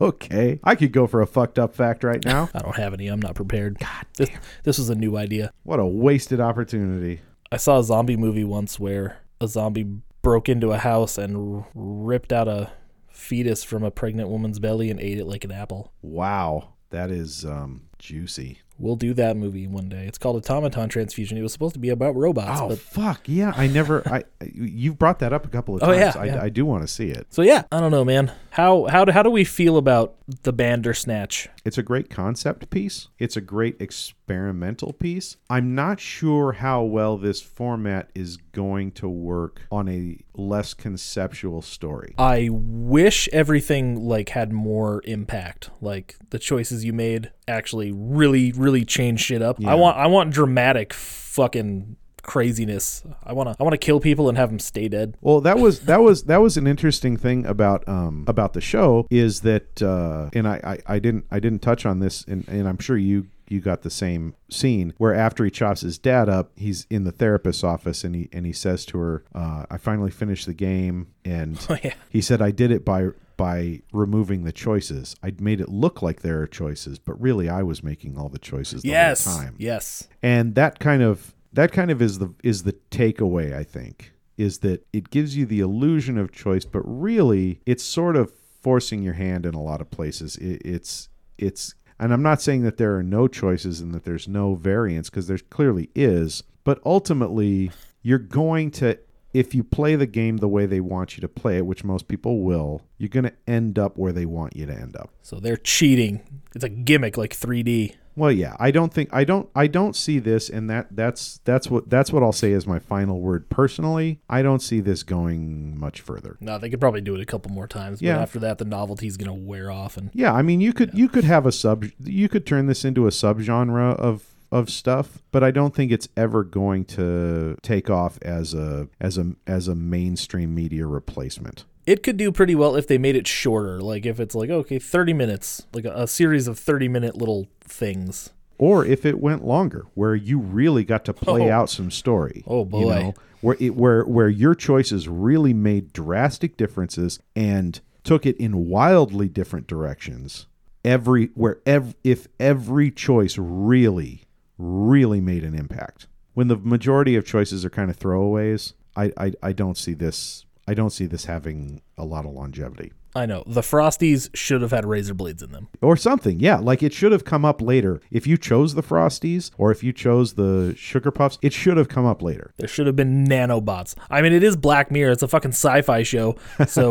C: okay i could go for a fucked up fact right now
B: i don't have any i'm not prepared god this, this was a new idea
C: what a wasted opportunity
B: I saw a zombie movie once where a zombie broke into a house and r- ripped out a fetus from a pregnant woman's belly and ate it like an apple.
C: wow that is um juicy
B: We'll do that movie one day. It's called Automaton Transfusion. It was supposed to be about robots.
C: Oh
B: But,
C: fuck yeah! I never. I you brought that up a couple of
B: Oh,
C: times.
B: yeah,
C: I,
B: yeah.
C: I do want to see it.
B: so yeah, I don't know, man. How how do, how do we feel about the Bandersnatch?
C: It's a great concept piece. It's a great experimental piece. I'm not sure how well this format is going to work on a less conceptual story.
B: I wish everything like had more impact. Like the choices you made actually really really change shit up. I want I want dramatic fucking craziness. I want to I want to kill people and have them stay dead.
C: Well, that was that was that was an interesting thing about um about the show is that uh and I I, I didn't I didn't touch on this and, and I'm sure you you got the same scene where after he chops his dad up, he's in the therapist's office and he and he says to her, uh, "I finally finished the game," and
B: Oh, yeah.
C: he said, "I did it by." By removing the choices, I made it look like there are choices, but really I was making all the choices the
B: Yes.
C: whole time
B: Yes.
C: and that kind of that kind of is the is the takeaway i think is that it gives you the illusion of choice but really it's sort of forcing your hand in a lot of places it, it's it's and i'm not saying that there are no choices and that there's no variance because there clearly is but ultimately you're going to if you play the game the way they want you to play it, which most people will, you're going to end up where they want you to end up.
B: So they're cheating. It's a gimmick like 3D.
C: Well, yeah, I don't think I don't I don't see this, and that that's that's what that's what I'll say is my final word. Personally, I don't see this going much further.
B: No, they could probably do it a couple more times,
C: Yeah.
B: but after that, the novelty's gonna wear off. And
C: Yeah, I mean, you could you could have a sub you could turn this into a subgenre of of stuff, but I don't think it's ever going to take off as a as a as a mainstream media replacement.
B: it could do pretty well if they made it shorter. Like if it's like okay, 30 minutes, like a, a series of 30 minute little things.
C: Or if it went longer, where you really got to play
B: Oh.
C: out some story.
B: Oh, boy.
C: you know, where it where where your choices really made drastic differences and took it in wildly different directions. Every where ev- if every choice really really made an impact. When the majority of choices are kind of throwaways, I I, I don't see this I don't see this having a lot of longevity
B: I know the Frosties should have had razor blades in them.
C: or something. Yeah, like it should have come up later. If you chose the Frosties or if you chose the Sugar Puffs, it should have come up later.
B: There should have been nanobots. I mean, it is Black Mirror. It's a fucking sci-fi show. So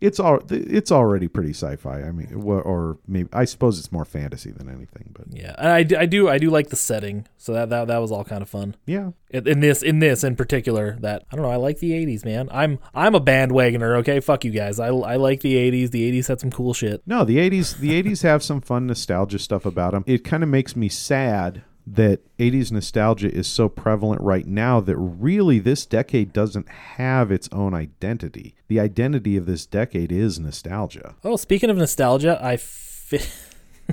C: It's all it's already pretty sci-fi. I mean, wha- or maybe I suppose it's more fantasy than anything, but
B: yeah, and I, d- I do I do like the setting. So that that, that was all kind of fun.
C: yeah.
B: In in this in this in particular, that I don't know. I like the '80s, man. I'm I'm a bandwagoner. Okay, fuck you guys. I I like the '80s. The '80s had some cool shit.
C: No, the 80s the 80s have some fun nostalgia stuff about them. It kind of makes me sad that 80s nostalgia is so prevalent right now that really this decade doesn't have its own identity. The identity of this decade is nostalgia.
B: Oh, speaking of nostalgia, I fi-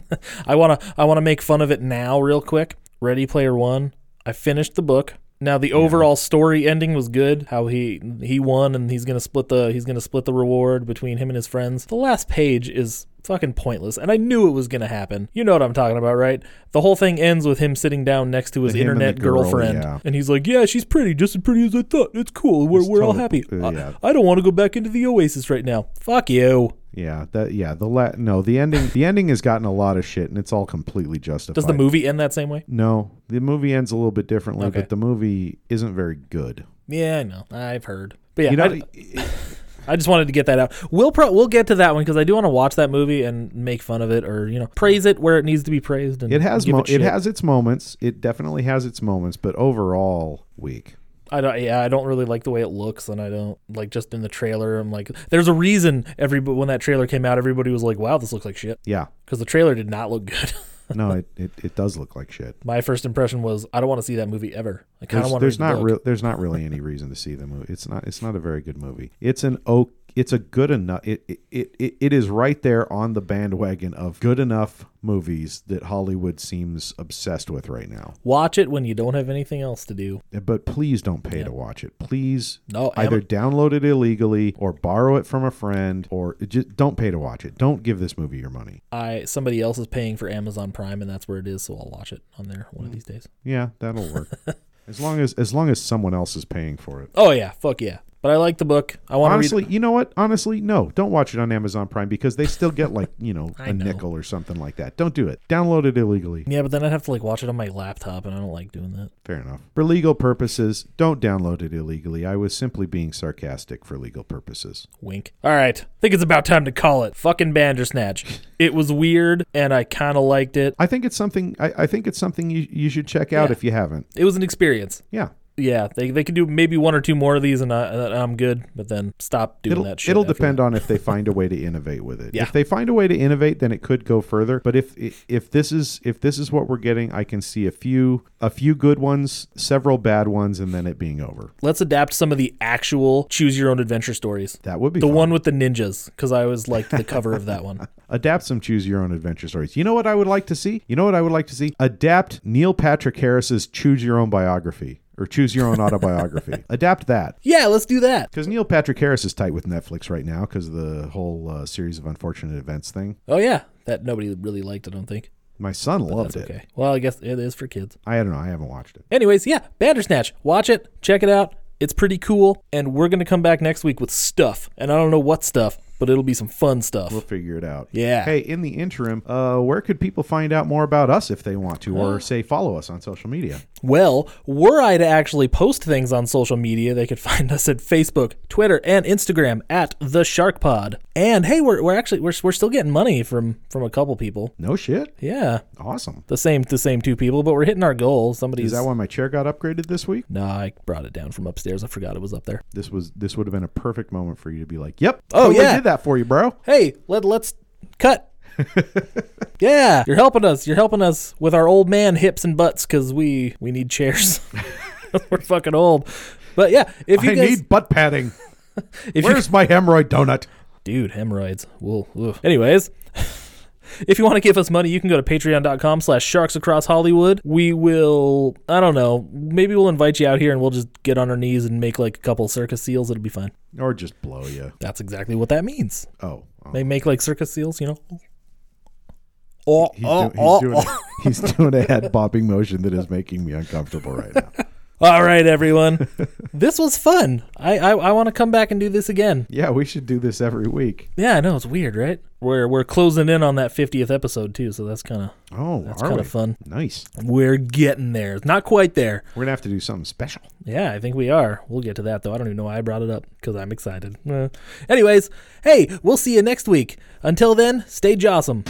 B: I want to I want to make fun of it now real quick. Ready Player 1. I finished the book. Now the overall story ending was good. How he he won and he's going to split the he's going to split the reward between him and his friends. The last page is fucking pointless and I knew it was going to happen. You know what I'm talking about, right? The whole thing ends with him sitting down next to his
C: Him and the
B: internet
C: girl,
B: girlfriend
C: yeah.
B: and he's like, "Yeah, she's pretty, just as pretty as I thought. It's cool. We're, we're all
C: total-
B: happy.
C: uh,
B: I-
C: yeah.
B: I don't want to go back into the oasis right now. Fuck you."
C: Yeah, that yeah, the la- no, the ending the ending has gotten a lot of shit and it's all completely justified.
B: Does the movie end that same way?
C: No, the movie ends a little bit differently,
B: Okay.
C: but the movie isn't very good.
B: Yeah, I know. I've heard. But yeah,
C: You know,
B: I, I just wanted to get that out. We'll pro- we'll get to that one because I do want to watch that movie and make fun of it or you know praise it where it needs to be praised. And
C: it has
B: give
C: mo-
B: shit.
C: it has its moments. It definitely has its moments, but overall weak.
B: I don't. Yeah, I don't really like the way it looks, and I don't like just in the trailer. I'm like, there's a reason. Every when that trailer came out, everybody was like, "Wow, this looks like shit,"
C: Yeah.
B: because the trailer did not look good.
C: No, it, it, it does look like shit.
B: My first impression was, I don't want to see that movie ever. I kind of
C: There's,
B: want.
C: there's
B: to
C: not real there's not really any reason to see the movie. It's not it's not a very good movie. It's an oak it's a good enough it, it, it, it, it is right there on the bandwagon of good enough movies that Hollywood seems obsessed with right now.
B: watch it when you don't have anything else to do.
C: but please don't pay to watch it. Please
B: No, Am-
C: either download it illegally or borrow it from a friend or just don't pay to watch it. Don't give this movie your money.
B: I somebody else is paying for Amazon Prime, and that's where it is. So I'll watch it on there one of these days.
C: Yeah, that'll work. as long as as long as someone else is paying for it.
B: Oh yeah, fuck yeah. But I like the book. I want to read.
C: Honestly, you know what? Honestly, no. Don't watch it on Amazon Prime because they still get like, you know,
B: I
C: a
B: know.
C: nickel or something like that. Don't do it. Download it illegally.
B: Yeah, but then I'd have to like watch it on my laptop, and I don't like doing that.
C: Fair enough. For legal purposes, don't download it illegally. I was simply being sarcastic for legal purposes.
B: Wink. All right, I think it's about time to call it. Fucking Bandersnatch. it was weird, and I kind of liked it.
C: I think it's something I, I think it's something you, you should check out
B: Yeah.
C: if you haven't.
B: It was an experience.
C: Yeah.
B: Yeah, they they could do maybe one or two more of these, and, I, and I'm good. But then stop doing
C: It'll,
B: that shit.
C: it'll
B: after
C: depend
B: that.
C: on if they find a way to innovate with it.
B: Yeah.
C: If they find a way to innovate, then it could go further. But if if this is if this is what we're getting, I can see a few a few good ones, several bad ones, and then it being over.
B: Let's adapt some of the actual choose your own adventure stories.
C: That would be
B: The
C: fun.
B: one with the ninjas, because I always liked the cover of that one.
C: Adapt some choose your own adventure stories. You know what I would like to see? You know what I would like to see? Adapt Neil Patrick Harris's choose your own biography or choose your own autobiography. Adapt that.
B: Yeah, let's do that.
C: Because Neil Patrick Harris is tight with Netflix right now because the whole uh, series of unfortunate events thing.
B: Oh yeah, that nobody really liked. I don't think.
C: My son loved it.
B: Okay. Well, I guess it is for kids.
C: I don't know. I haven't watched it.
B: Anyways, yeah, Bandersnatch. Watch it, check it out. It's pretty cool, and we're gonna come back next week with stuff, and I don't know what stuff, but it'll be some fun stuff.
C: We'll figure it out.
B: Yeah.
C: Hey, in the interim, uh, where could people find out more about us if they want to,
B: Uh-huh.
C: or say follow us on social media?
B: Well, were I to actually post things on social media, they could find us at Facebook, Twitter, and Instagram at the Shark Pod. And hey, we're, we're actually we're, we're still getting money from from a couple people.
C: No shit.
B: Yeah,
C: Awesome.
B: the same the same two people, but we're hitting our goal. Somebody's
C: Is that why my chair got upgraded this week?
B: No, I brought it down from upstairs. I forgot it was up there.
C: This was this would have been a perfect moment for you to be like, "Yep,
B: Oh,
C: totally
B: yeah.
C: did that for you, bro."
B: Hey, let let's cut. yeah, you're helping us. You're helping us with our old man hips and butts because we we need chairs. we're fucking old. But yeah, if you
C: I
B: guys,
C: need butt padding.
B: if you
C: Where's my hemorrhoid donut?
B: dude hemorrhoids well ugh. anyways if you want to give us money you can go to patreon.com slash sharks across hollywood we will i don't know maybe we'll invite you out here and we'll just get on our knees and make like a couple circus seals it'll be fine
C: Or just blow you.
B: that's exactly what that means
C: Oh. oh.
B: they make like circus seals you know oh,
C: He's,
B: oh,
C: do-
B: oh,
C: he's, doing a, he's doing a head bopping motion that is making me uncomfortable right now.
B: oh. all right everyone this was fun i i, I want to come back and do this again
C: Yeah, we should do this every week.
B: yeah i know it's weird right we're we're closing in on that 50th episode too so that's kind of
C: Oh,
B: that's
C: are
B: kind
C: we?
B: of fun
C: Nice.
B: We're getting there. Not quite there.
C: We're gonna have to do something special.
B: Yeah, I think we are. We'll get to that, though. I don't even know why I brought it up because I'm excited. Uh, anyways, hey, we'll see you next week. Until then, stay jawsome.